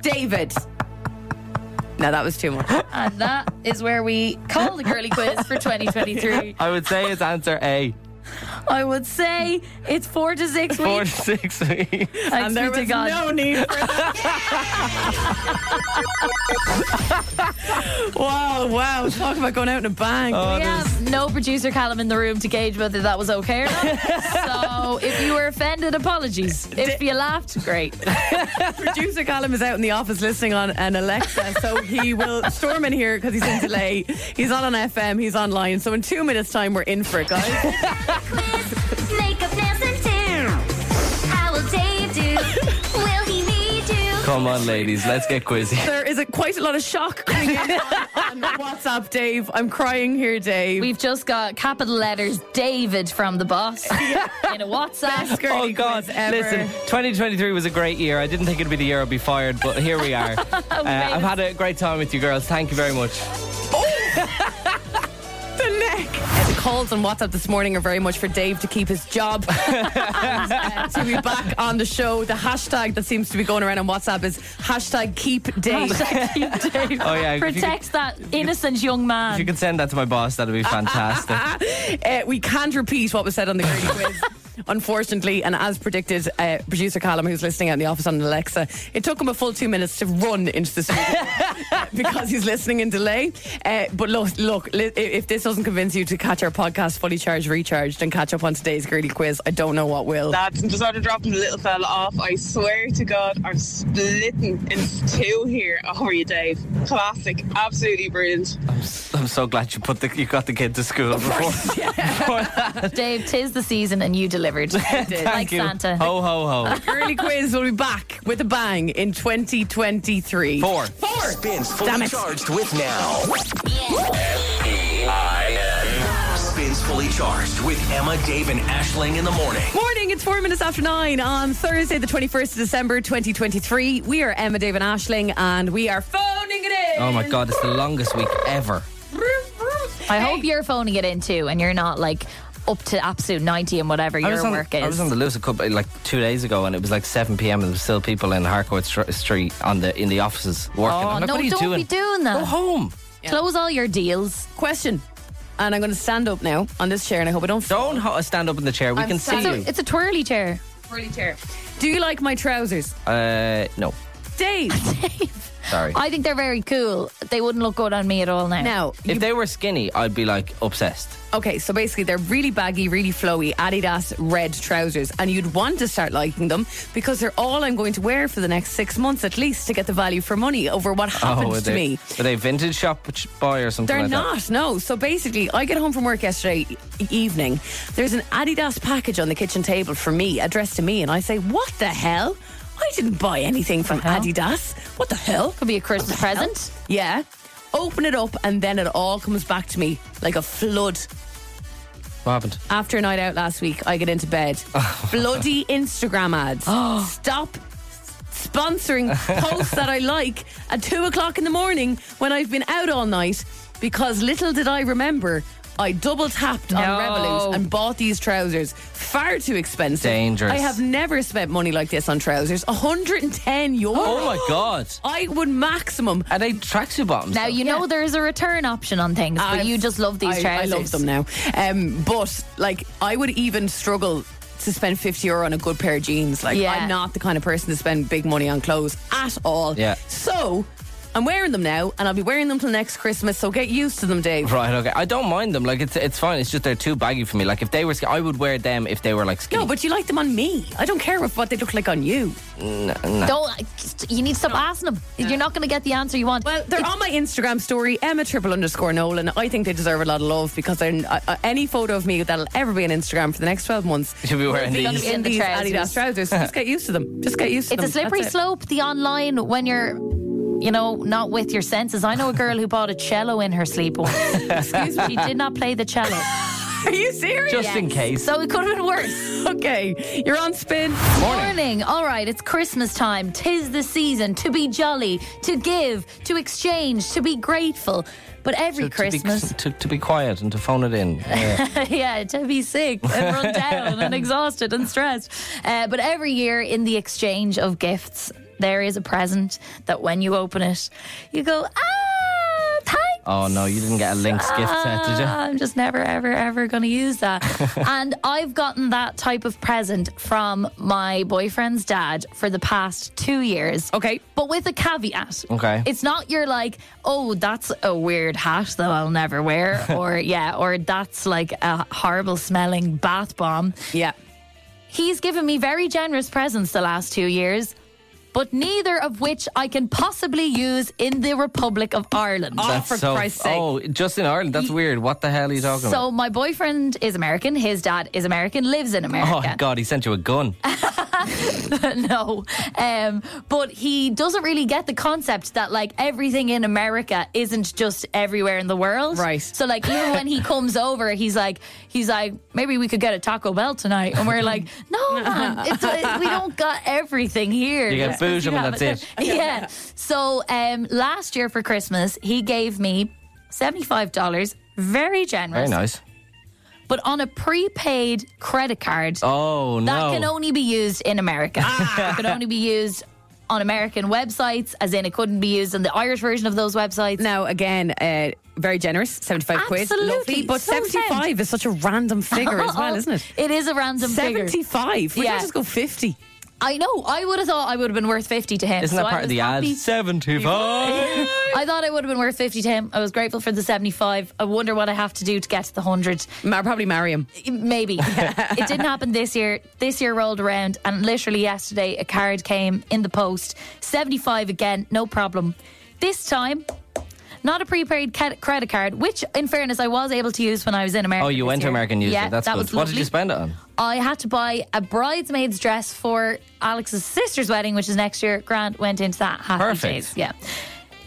David! Now that was too much. and that is where we call the girly quiz for 2023. I would say it's answer A. I would say it's four to six Four to weeks. six weeks. I and there swear to was God. no need for that. wow, wow. Talk about going out in a bang. We have no producer Callum in the room to gauge whether that was okay or not. so if you were offended, apologies. If you laughed, great. Producer Callum is out in the office listening on an Alexa, so he will storm in here because he's in delay. He's not on FM, he's online. So in two minutes' time, we're in for it, guys. Makeup, nails, and do. How will Dave do? Will he need you? Come on, ladies, let's get quizzy. there is a, quite a lot of shock coming in on, on WhatsApp, Dave. I'm crying here, Dave. We've just got capital letters David from the boss in a WhatsApp. Girly Oh God! quiz ever. Listen, 2023 was a great year. I didn't think it'd be the year I'd be fired, but here we are. Uh, made I've it. had a great time with you girls. Thank you very much. the neck. Uh, the calls on WhatsApp this morning are very much for Dave to keep his job and, uh, to be back on the show. The hashtag that seems to be going around on WhatsApp is hashtag keep Dave. Oh yeah, if you, could, Protects that innocent young if you man. could send that to my boss, that'd be fantastic. Uh, we can't repeat what was said on the girly quiz. Unfortunately, and as predicted, uh, producer Callum, who's listening out in the office on Alexa, it took him a full two minutes to run into the studio because he's listening in delay. Uh, but look, look, li- i- if this doesn't convince you to catch our podcast fully charged, recharged, and catch up on today's girly quiz, I don't know what will. Lads, I'm just out of dropping the little fella off. I swear to God, I'm splitting in two here. How are you, Dave? Classic. Absolutely brilliant. I'm so glad you put the, you got the kid to school before. Dave, tis the season and you delivered. like Santa. Ho ho ho. The girly quiz will be back with a bang in 2023. Four. Four. Spins fully Damn it. charged with now. S-P-I-N. Spins fully charged with Emma, Dave, and Ashling in the morning. Morning, it's four minutes after nine on Thursday, the 21st of December, 2023. We are Emma, Dave, and Ashling, and we are phoning it in. Oh my god, it's the longest week ever. I hope you're phoning it in too and you're not like up to absolute 90 and whatever I was, your on, work I was is. on the loose a couple like two days ago, and it was like seven p.m. and there was still people in Harcourt Str- Street on the in the offices working. Oh, I'm like, no, what are you don't doing? Oh, be doing that. Go home. Close all your deals. Question. And I'm going to stand up now on this chair, and I hope I don't. Don't ho- stand up in the chair. We I'm can standing- see you. It's a- It's a twirly chair. Twirly chair. Do you like my trousers? Uh, no, Dave. sorry. I think they're very cool. They wouldn't look good on me at all now. Now, if they were skinny, I'd be like obsessed. Okay, so basically they're really baggy, really flowy Adidas red trousers, and you'd want to start liking them because they're all I'm going to wear for the next six months at least to get the value for money over what happened oh, to were they, me. Were they vintage shop boy or something? They're like not, That? no. So basically, I get home from work yesterday e- evening. There's an Adidas package on the kitchen table for me, addressed to me, and I say, What the hell? I didn't buy anything from Adidas. What the hell? Could be a Christmas present. Yeah. Open it up, and then it all comes back to me like a flood. What happened? After a night out last week, I get into bed. Oh. Bloody Instagram ads. Stop sponsoring posts that I like at two o'clock in the morning when I've been out all night because little did I remember. I double tapped on Revolut and bought these trousers. Far too expensive. Dangerous. I have never spent money like this on trousers. 110 euro. Oh my god. I would maximum. Are they tracksuit bottoms? Now, you know there is a return option on things, but you just love these I, trousers. I love them now. Um, but like, I would even struggle to spend 50 euro on a good pair of jeans. Like, Yeah. I'm not the kind of person to spend big money on clothes at all. Yeah. So, I'm wearing them now, and I'll be wearing them till next Christmas. So get used to them, Dave. Right, okay. I don't mind them. Like it's it's fine. It's just they're too baggy for me. Like if they were, skin- I would wear them if they were like skinny. No, but you like them on me. I don't care if what they look like on you. N- n- Don't, you need to stop asking them. You're not going to get the answer you want. Well, they're on my Instagram story, Emma triple underscore Nolan. I think they deserve a lot of love because they're, uh, uh, any photo of me that'll ever be on Instagram for the next 12 months You should be wearing will these. in In the these trousers. Adidas trousers. Just get used to them. Just get used to It's them. a slippery That's it. slope, the online, when you're, you know, not with your senses. I know a girl who bought a cello in her sleep once. Excuse me. She did not play the cello. Are you serious? Just in case. So it could have been worse. okay, you're on spin. Morning. All right, it's Christmas time. Tis the season to be jolly, to give, to exchange, to be grateful. But every to, Christmas, To be, to, to be quiet and to phone it in. Yeah. yeah, to be sick and run down and exhausted and stressed. Uh, but every year in the exchange of gifts, there is a present that when you open it, you go, ah, thanks. oh no, you didn't get a Lynx gift set, did Ah, you? I'm just never, ever, ever going to use that. and I've gotten that type of present from my boyfriend's dad for the past two years. Okay. But with a caveat. Okay. It's not you're like, oh, that's a weird hat that I'll never wear, or yeah, or that's like a horrible smelling bath bomb. Yeah. He's given me very generous presents the last two years. But neither of which I can possibly use in the Republic of Ireland. That's for so. Christ's sake. Oh, just in Ireland. That's weird. What the hell are you talking So about? my boyfriend is American. His dad is American. Lives in Oh America. God, he sent you a gun. no, um, but he doesn't really get the concept that like everything in America isn't just everywhere in the world. Right. So like even when he comes over, he's like he's like maybe we could get a Taco Bell tonight, and we're like no man, it's, it- we don't got everything here. You get Just 'cause bougie and have that's it. Yeah. So um, last year for Christmas, he gave me seventy five dollars. Very generous. Very nice. but on a prepaid credit card Oh that no. Ah. can only be used in America. it can only be used on American websites, as in it couldn't be used on the Irish version of those websites. Now, again, uh, very generous, 75 quid. Absolutely, Lovely. But so 75 is such a random figure as well, isn't it? It is a random figure. 75. We Yeah. can just go 50. I know. I would have thought I would have been worth 50 to him. Isn't so that I part of was the ad? happy. 75! I thought I would have been worth 50 to him. I was grateful for the 75. I wonder what I have to do to get to the 100. probably marry him. Maybe. it didn't happen this year. This year rolled around, and literally yesterday, a card came in the post. 75 again, no problem. This time, not a prepaid ca- credit card, which, in fairness, I was able to use when I was in America. Oh, you this went to year. American News. Yeah, Day. That's that good. was what did lovely. you spend it on? I had to buy a bridesmaid's dress for Alex's sister's wedding, which is next year. Grant went into that happy Perfect. days. Yeah.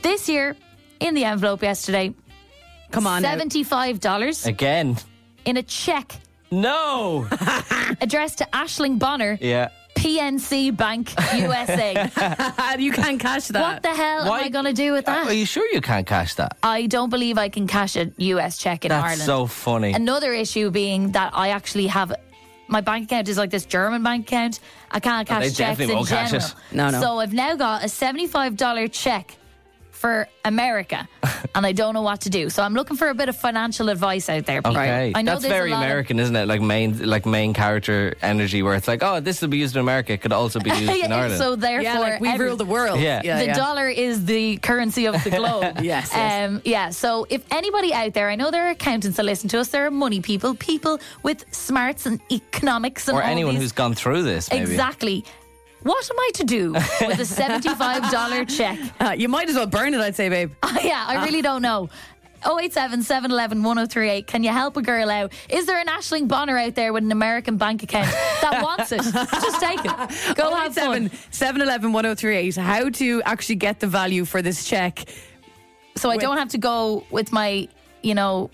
This year, in the envelope yesterday, come on, now. seventy-five dollars Again. in a check No! addressed to Ashling Bonner, yeah. PNC Bank USA. you can't cash that. What the hell Why- am I going to do with that? Are you sure you can't cash that? I don't believe I can cash a US check in That's Ireland. so funny. Another issue being that I actually have my bank account is like this German bank account. I can't Oh, cash they checks definitely in won't cash general. it. No, no. So I've now got a seventy-five dollar check for America, and I don't know what to do. So I'm looking for a bit of financial advice out there. People. Okay, I know that's there's very a lot of- American, isn't it? Like main, like main character energy, where it's like, oh, this will be used in America, it could also be used in Ireland. so therefore, like, we every- rule the world. Yeah. Yeah, the yeah. dollar is the currency of the globe. Yes, yes. Um, yeah. So if anybody out there, I know there are accountants that listen to us. There are money people, people with smarts and economics, and or all anyone these- who's gone through this, maybe. exactly. What am I to do with a seventy-five dollar check? Uh, you might as well burn it, I'd say, babe. yeah, I really don't know. 087 711 1038. Can you help a girl out? Is there an Ashling Bonner out there with an American bank account that wants it? Just take it. Go have fun. 711 1038. How to actually get the value for this check. so I don't have to go with my, you know,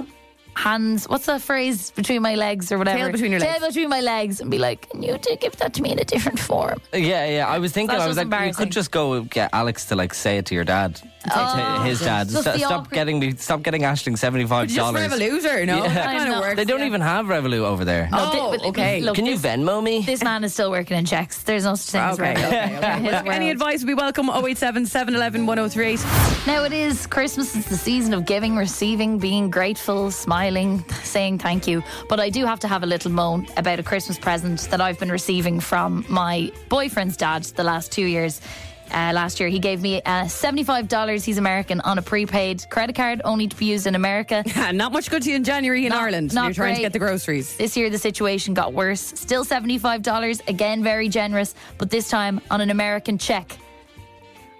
hands. What's that phrase between my legs or whatever? Tail between your legs. Tail between my legs, and be like, can you do- give that to me in a different form? Yeah, yeah. I was thinking, That's I was just like, you could just go get Alex to like say it to your dad, Oh, to his dad. just Sto- the stop awkward- getting me, stop getting Ashling seventy five dollars. Revoluter, no? That kind of works. They don't even have Revolut over there. No, thi- but- Oh, okay. look, Can you this- Venmo me? This man is still working in checks. There's no such thing as Okay, Venmo. okay, okay. In his Look, Any world. advice would be welcome 087 711 1038. Now it is Christmas. It's the season of giving, receiving, being grateful, smiling, saying thank you. But I do have to have a little moan about a Christmas present that I've been receiving from my boyfriend's dad the last two years. Uh, last year, he gave me uh, $75. He's American on a prepaid credit card, only to be used in America. Ah, Not much good to you in January in Not- Ireland. not You're trying to great. get the groceries. This year, the situation got worse. Still $75. Again, very generous, but this time on an American check.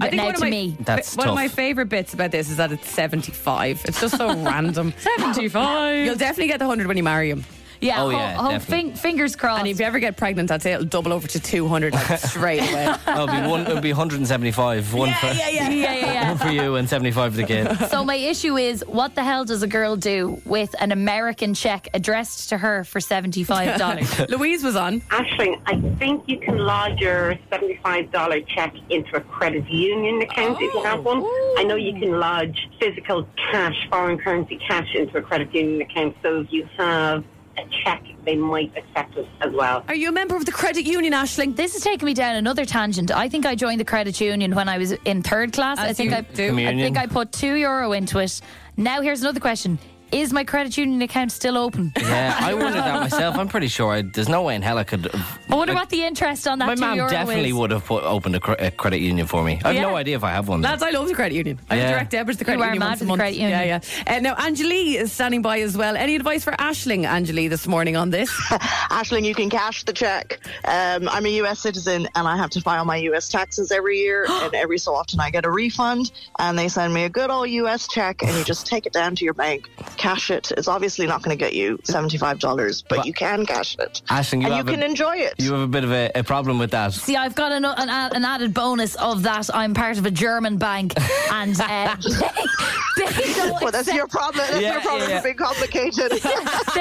Written out one of to my, me. That's one of tough. my favorite bits about this is that it's 75. It's just so random. 75 You'll definitely get the 100 when you marry him. Yeah, Oh, ho- yeah, ho- definitely. fing- fingers crossed. And if you ever get pregnant, I'd say it'll double over to 200 like, straight away. That'll be one. It'll be one hundred and seventy five. One for yeah, yeah, yeah, yeah. one for you and seventy five for the kid. So my issue is, what the hell does a girl do with an American check addressed to her for seventy-five dollars? Louise was on. Ashling, I think you can lodge your $75 check into a credit union account if you have Oh. one. I know you can lodge physical cash, foreign currency cash into a credit union account. So if you have a check, they might accept it as well. Are you a member of the credit union, Ashling? this is taking me down another tangent. I think I joined the credit union when I was in third class. I As think you I do. I Communion. think I put two euro into it. Now here's another question: Is my credit union account still open? Yeah, I wondered that myself. I'm pretty sure I, there's no way in hell I could. I wonder what the interest on that My two mom euro definitely is. would have put, opened a, cre- a credit union for me. I've Yeah. no idea if I have one. Lads, I love the credit union. I have Yeah. direct debits to the credit You are union. mad once a for the month. credit union. Yeah, yeah. Uh, now, Angelie is standing by as well. Any advice for Ashling, Angelie, this morning on this? Ashling, you can cash the check. Um, I'm a US citizen and I have to file my US taxes every year. and every so often I get a refund and they send me a good old US check and you just take it down to your bank, cash it. It's obviously not going to get you $75, but you can cash it. Ashling, you and you have a- can enjoy it. You have a bit of a, a problem with that. See, I've got an, an, ad- an added bonus of that. I'm part of a German bank, and uh, they, they don't Well, that's your problem. That's Yeah, your problem yeah, for being complicated. they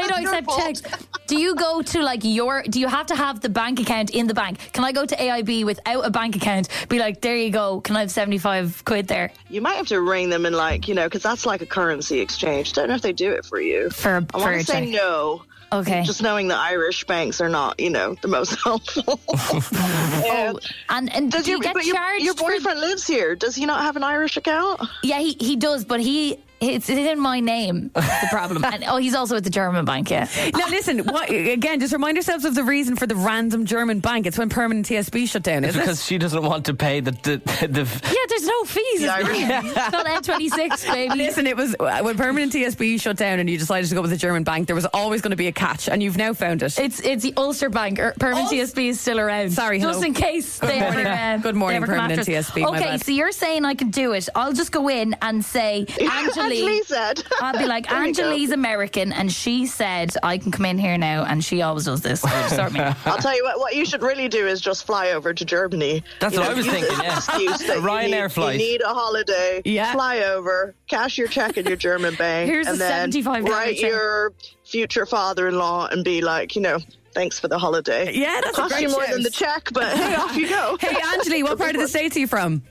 don't Your accept fault. checks. Do you go to like your? Do you have to have the bank account in the bank? Can I go to AIB without a bank account? Be like, there you go. Can I have seventy five quid there You might have to ring them and like, you know, because that's like a currency exchange. Don't know if they do it for you. for a I for want a to say check? no. Okay. Just knowing the Irish banks are not, you know, the most helpful. Yeah. And and Does Oh, do your, you get but your, charged? your for- boyfriend lives here. Does he not have an Irish account? yeah, he he does, but he It's, it's in my name. the problem. And, oh, he's also at the German bank. Yeah. Now listen, what, again, just remind yourselves of the reason for the random German bank. It's when permanent TSB shut down, It's is because it? she doesn't want to pay the the, the Yeah, there's no fees. The Irish- It's not N26, baby. Listen, it was uh, when permanent TSB shut down and you decided to go with the German bank. There was always going to be a catch, and you've now found it. It's it's the Ulster Bank. Or Permanent TSB is still around. Sorry, just hello. in case Good they morning. ever. uh, Good morning, they ever come Permanent after us. TSB, my Okay, bad. so you're saying I can do it. I'll just go in and say Angelie. Angelie said. I'll be like There you go. Angelie's American, and she said I can come in here now, and she always does this. So sort me. out. I'll tell you what. What you should really do is just fly over to Germany. That's You what I was use thinking, it as an yeah. excuse that A you Ryanair need- flight. You need a holiday. Yeah. Fly over, cash your check in your German bank, Here's and a then $75 write check. your future father-in-law and be like, you know, thanks for the holiday. Yeah, that's a cost great you more shout. than the check, but hey, off you go. Hey, Angelie, what part of the states are you from?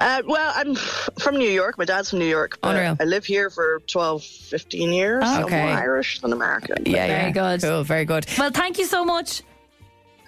Uh, well, I'm from New York. My dad's from New York. But Unreal. I live here for 12, 15 years. Oh, so okay. I'm more Irish than American. Yeah, Very yeah. good. Cool, very good. Well, thank you so much.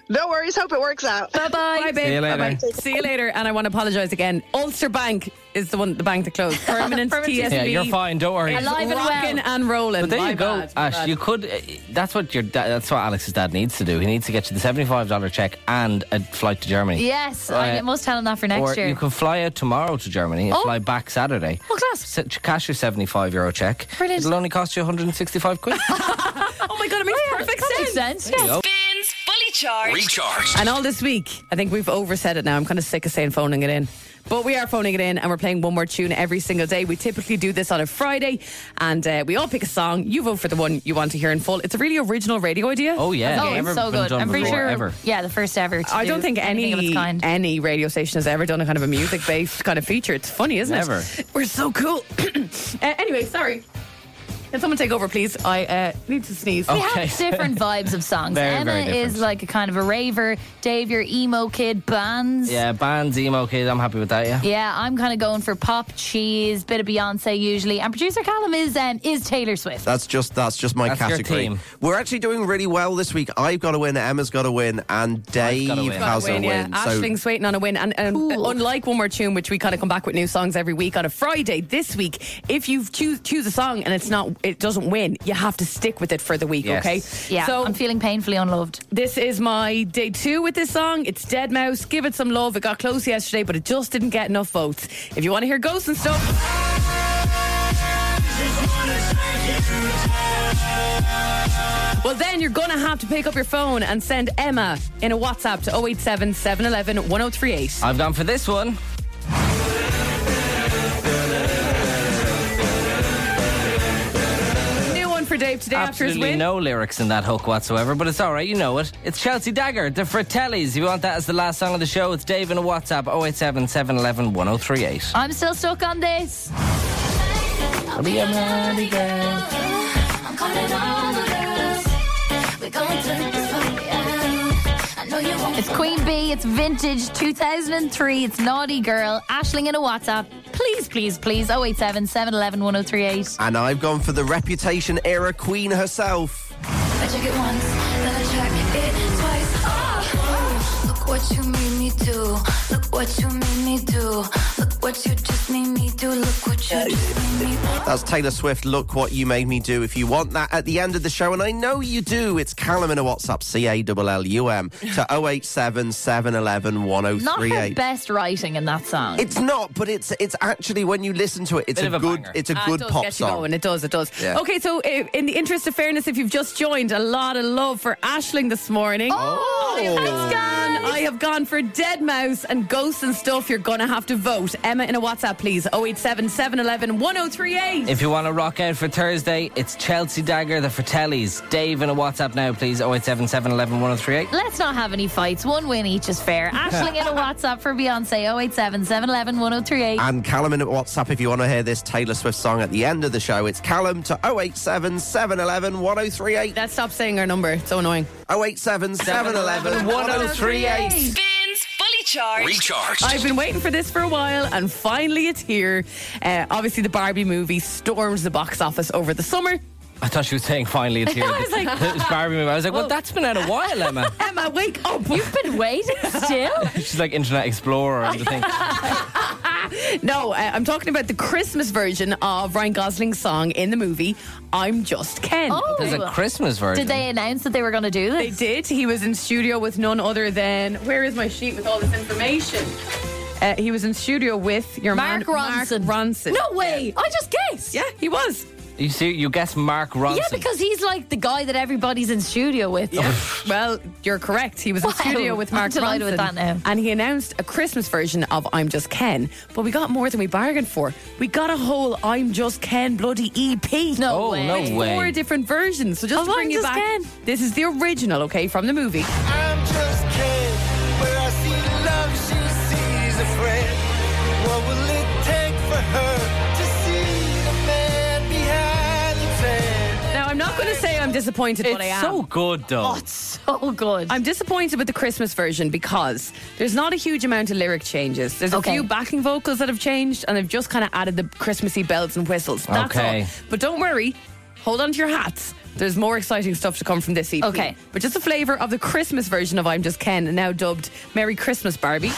No worries. Hope it works out. Bye Bye, bye. babe. See you later. Bye-bye. See you later. And I want to apologise again. Ulster Bank is the one, the bank that closed. Permanent, Permanent TSB. Yeah, you're fine. Don't worry. It's Alive and well. rocking and rolling. But there My you go, bad, my Ash. bad. You could. uh, That's what your. da- That's what Alex's dad needs to do. He needs to get you the seventy-five dollar check and a flight to Germany. Yes, I Uh, must tell him that for or next year. you can fly out tomorrow to Germany and Oh. fly back Saturday. Well, class. S- cash your seventy-five euro check. Brilliant. It'll only cost you one hundred and sixty-five quid. Oh my god, it makes perfect that makes sense. sense. There you go. Spins Fully Charged. Recharged. And all this week, I think we've oversaid it now. I'm kind of sick of saying phoning it in. But we are phoning it in and we're playing one more tune every single day. We typically do this on a Friday and uh, we all pick a song. You vote for the one you want to hear in full. It's a really original radio idea. Oh yeah, Oh, never it's so been good. done I'm pretty before, sure. ever. Yeah, the first ever. to I don't do think anything of any its kind. any radio station has ever done a kind of a music based kind of feature. It's funny, isn't Never. it? We're so cool. uh, anyway, sorry. Can someone take over, please? I uh, need to sneeze. We Okay. have different vibes of songs. Very, Emma very different. is like a kind of a raver. Dave, you're emo kid bands. Yeah, bands, emo kid. I'm happy with that. Yeah. Yeah, I'm kind of going for pop, cheese, bit of Beyonce usually, and producer Callum is um, is Taylor Swift. Uh, That's just that's just my That's your category. team. We're actually doing really well this week. I've got to win. Emma's got to win, and Dave gotta win. has a win. yeah. Ashling's waiting on a win. And, and unlike One More Tune, which we kind of come back with new songs every week on a Friday, this week, if you choose choose a song and it's not, it doesn't win, you have to stick with it for the week, Yes. okay? Yeah, So I'm feeling painfully unloved. this is my day two with this song. It's Dead Mouse. Give it some love. It got close yesterday, but it just didn't get enough votes. If you want to hear ghosts and stuff, well, then you're going to have to pick up your phone and send Emma in a WhatsApp to 087 711 1038. I've gone for this one. New one for Dave today after his Absolutely win. no lyrics in that hook whatsoever, but it's all right. You know it. It's Chelsea Dagger, the Fratellis. If you want that as the last song of the show, it's Dave in a WhatsApp 087 711 1038. I'm still stuck on this. I'll be a man again. I'm calling all the girls. We're gonna turn this party out. I know you want It's Queen Bee. It's vintage 2003. It's Naughty Girl. Ashling in a WhatsApp. Please, please, please. 087 711 1038. And I've gone for the Reputation era queen herself. I check it once, then I check it twice. Oh, look what you made me do. Look what you made me do. Look what you just made me do. Look what you just made me do. That's Taylor Swift. Look what you made me do. If you want that at the end of the show, and I know you do, it's Callum in a WhatsApp, C A L L U M, to 087 711 Oh, Not her 1038. best writing in that song. It's not, but it's it's actually when you listen to it, it's Bit a, of a good banger. it's a Ah, good it does pop get You song. going. It does, it does. Yeah. Okay, so uh, in the interest of fairness, if you've just joined, a lot of love for Ashling this morning. Oh, I have thanks, gone- I have gone for Dead Mouse and Ghosts and Stuff. You're going to have to vote. Emma in a WhatsApp, please. 087 711 1038. If you want to rock out for Thursday, it's Chelsea Dagger, the Fratellis. Dave in a WhatsApp now, please 087 711 1038. Let's not have any fights. One win each is fair. Ashling in a WhatsApp for Beyonce 087 711 1038. Ah. And Callum in at WhatsApp, if you want to hear this Taylor Swift song at the end of the show, it's Callum to 087 711 1038. Let's stop saying our number. It's so annoying. 087 711 1038. Spins Fully Charged. Recharged. I've been waiting for this for a while, and finally it's here. Uh, obviously, the Barbie movie storms the box office over the summer. I thought she was saying finally it's here. I was like- It was Barbie movie. I was like, well, that's been out a while, Emma. Emma, wake up! You've been waiting still? She's like Internet Explorer and the thing. no, uh, I'm talking about the Christmas version of Ryan Gosling's song in the movie I'm Just Ken. Oh. There's a Christmas version. Did they announce that they were going to do this? They did. He was in studio with none other than. Where is my sheet with all this information? Uh, he was in studio with your Mark man, Ronson. Mark Ronson. No way! I just guessed. Yeah, he was. You see, you guess Mark Ronson. Yeah, because he's like the guy that everybody's in studio with. well, you're correct. He was Wow. in studio with I'm Mark delighted Ronson, with that now. and he announced a Christmas version of "I'm Just Ken." But we got more than we bargained for. We got a whole "I'm Just Ken" bloody EP. No Oh, way. no With way. Four different versions. So just Of to bring I'm you Just back, Ken. this is the original, okay, from the movie. I'm just kidding. Where I see love, she sees a friend. What will it take for her to see the man behind the tan? Now I'm not going to say I'm disappointed, but I am. Oh, so good though. so good. I'm disappointed with the Christmas version because there's not a huge amount of lyric changes. There's Okay. a few backing vocals that have changed, and they've just kind of added the Christmassy bells and whistles. That's Okay. all. But don't worry, hold on to your hats. There's more exciting stuff to come from this EP. Okay. But just a flavour of the Christmas version of I'm Just Ken, now dubbed Merry Christmas Barbie.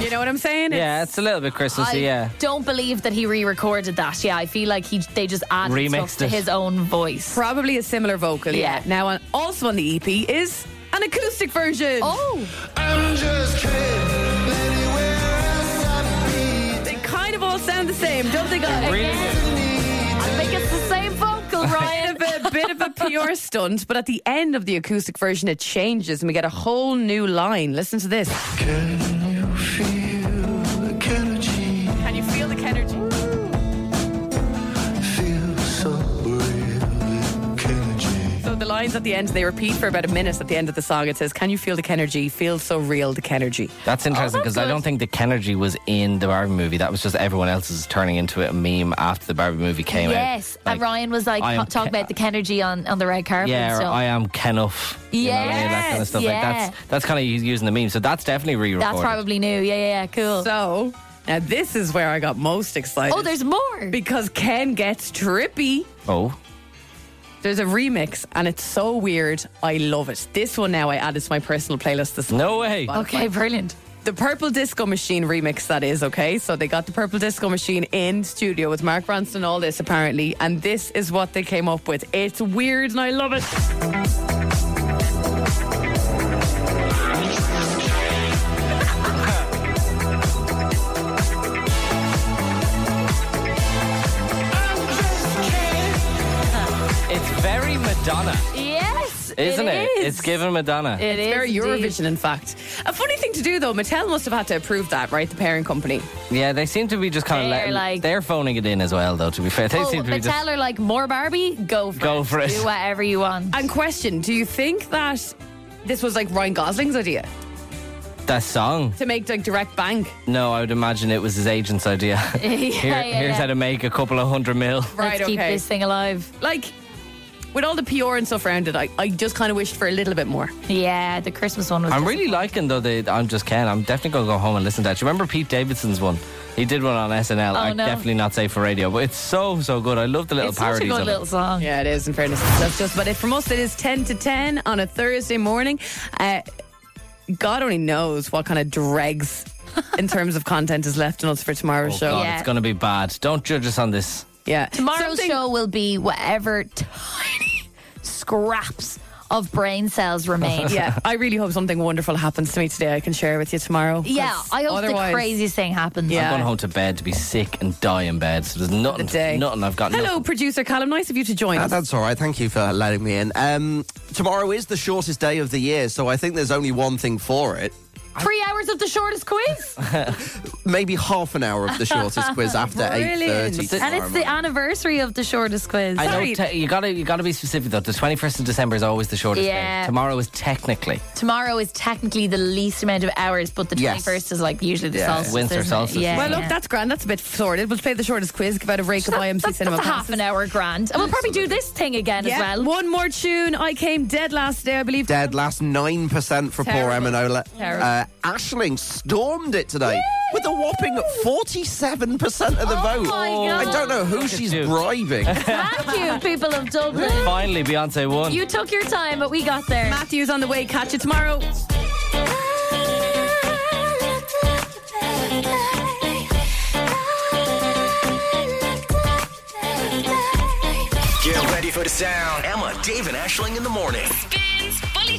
You know what I'm saying? Yeah, it's a little bit I Christmassy. yeah. don't believe that he re-recorded that. Yeah, I feel like he they just added Remixed stuff to it. his own voice. Probably a similar vocal. Yeah. Yeah. Now, on, also on the EP is an acoustic version. Oh. I'm just kidding. Anywhere else I've been. They kind of all sound the same, don't they, guys? I think it's the same vocal, Ryan. Bit of a bit of a PR stunt, but at the end of the acoustic version, it changes and we get a whole new line. Listen to this. Can you feel the Kennergy? So the lines at the end they repeat for about a minute at the end of the song. It says, "Can you feel the Kennergy? Feels so real, the Kennergy." Oh, That's interesting because I don't think the Kennergy was in the Barbie movie. That was just everyone else's turning into a meme after the Barbie movie came out. yes, and Ryan was like I am talk talking about the Kennergy on, on the red carpet. and Yeah, or stuff. I am Kenuff. You know what I mean? That kind of Yes, stuff. yeah. Like that's that's kind of using the meme. So that's definitely re-recorded. That's probably new. Yeah, yeah, yeah. Cool. So now this is where I got most excited. oh, there's more. because Ken gets trippy. Oh, There's a remix and it's so weird. I love it. This one now I added to my personal playlist this no way. Okay, brilliant. The Purple Disco Machine remix, that is, okay? So they got the Purple Disco Machine in studio with Mark Ronson, and all this apparently, and this is what they came up with. It's weird and I love it. It's very Madonna, Yes, isn't it? is. It's given Madonna. It It's is very indeed. Eurovision, in fact. A funny thing to do, though, Mattel must have had to approve that, right? The parent company. yeah, they seem to be just kind of They're letting. like- they're phoning it in as well, though. To be fair, they Oh, seem to be Mattel just are like more Barbie. Go for Go it. for it. Do whatever you want. And question Do you think that this was like Ryan Gosling's idea that song. to make like direct bank? No, I would imagine it was his agent's idea. Yeah, Here, yeah, here's yeah. how to make a couple of hundred mil. Right, Let's keep okay. this thing alive. Like, with all the PR and stuff around it, I, I just kind of wished for a little bit more. Yeah, the Christmas one was. I'm just- really liking though the I'm just Ken. I'm definitely gonna go home and listen to that. You remember Pete Davidson's one? He did one on SNL. Oh, I'm no. definitely not safe for radio, but it's so so good. I love the little it's such a parodies good of little it. song. Yeah, it is. In fairness, that's just about it from us. It is ten to ten on a Thursday morning. Uh, God only knows what kind of dregs in terms of content is left in us for tomorrow's Oh, show. God, Yeah. It's gonna be bad. Don't judge us on this. Yeah, Tomorrow's Something- show will be whatever tiny scraps of brain cells remain. Yeah, I really hope something wonderful happens to me today. I can share with you tomorrow. 'cause Yeah, I hope otherwise- the craziest thing happens. Yeah. I'm going home to bed to be sick and die in bed. So there's nothing, The day. nothing. I've got. Hello, nothing. producer Callum. Nice of you to join Uh, us. that's all right. Thank you for letting me in. Um, tomorrow is the shortest day of the year, so I think there's only one thing for it. Three hours of the shortest quiz, Maybe half an hour of the shortest quiz after Brilliant. eight thirty. and it's the anniversary of the shortest quiz. I Sorry. know te- you gotta you gotta be specific though. The 21st of December is always the shortest Yeah. day. Tomorrow is technically Tomorrow is technically the least amount of hours, but the Yes. 21st is like usually the Yeah. solstice. Winter isn't it? solstice, Yeah. isn't well, it? look, that's grand. That's a bit sorted. We'll play the shortest quiz, give out a rake of IMC that's, Cinema that's a half passes. an hour grand. And we'll probably do this thing again Yeah. as well. One more tune. I came dead last day, I believe. Dead last nine percent for poor Terrible. Emma Nola. Terrible. Uh, Ashling stormed it today with a whopping 47% of the vote. Oh my God. I don't know who she's bribing. Thank you, people of Dublin. Finally, Beyonce won. You took your time, but we got there. Matthew's on the way. Catch you tomorrow. Get ready for the sound. Emma, Dave, and Ashling in the morning. Spins Fully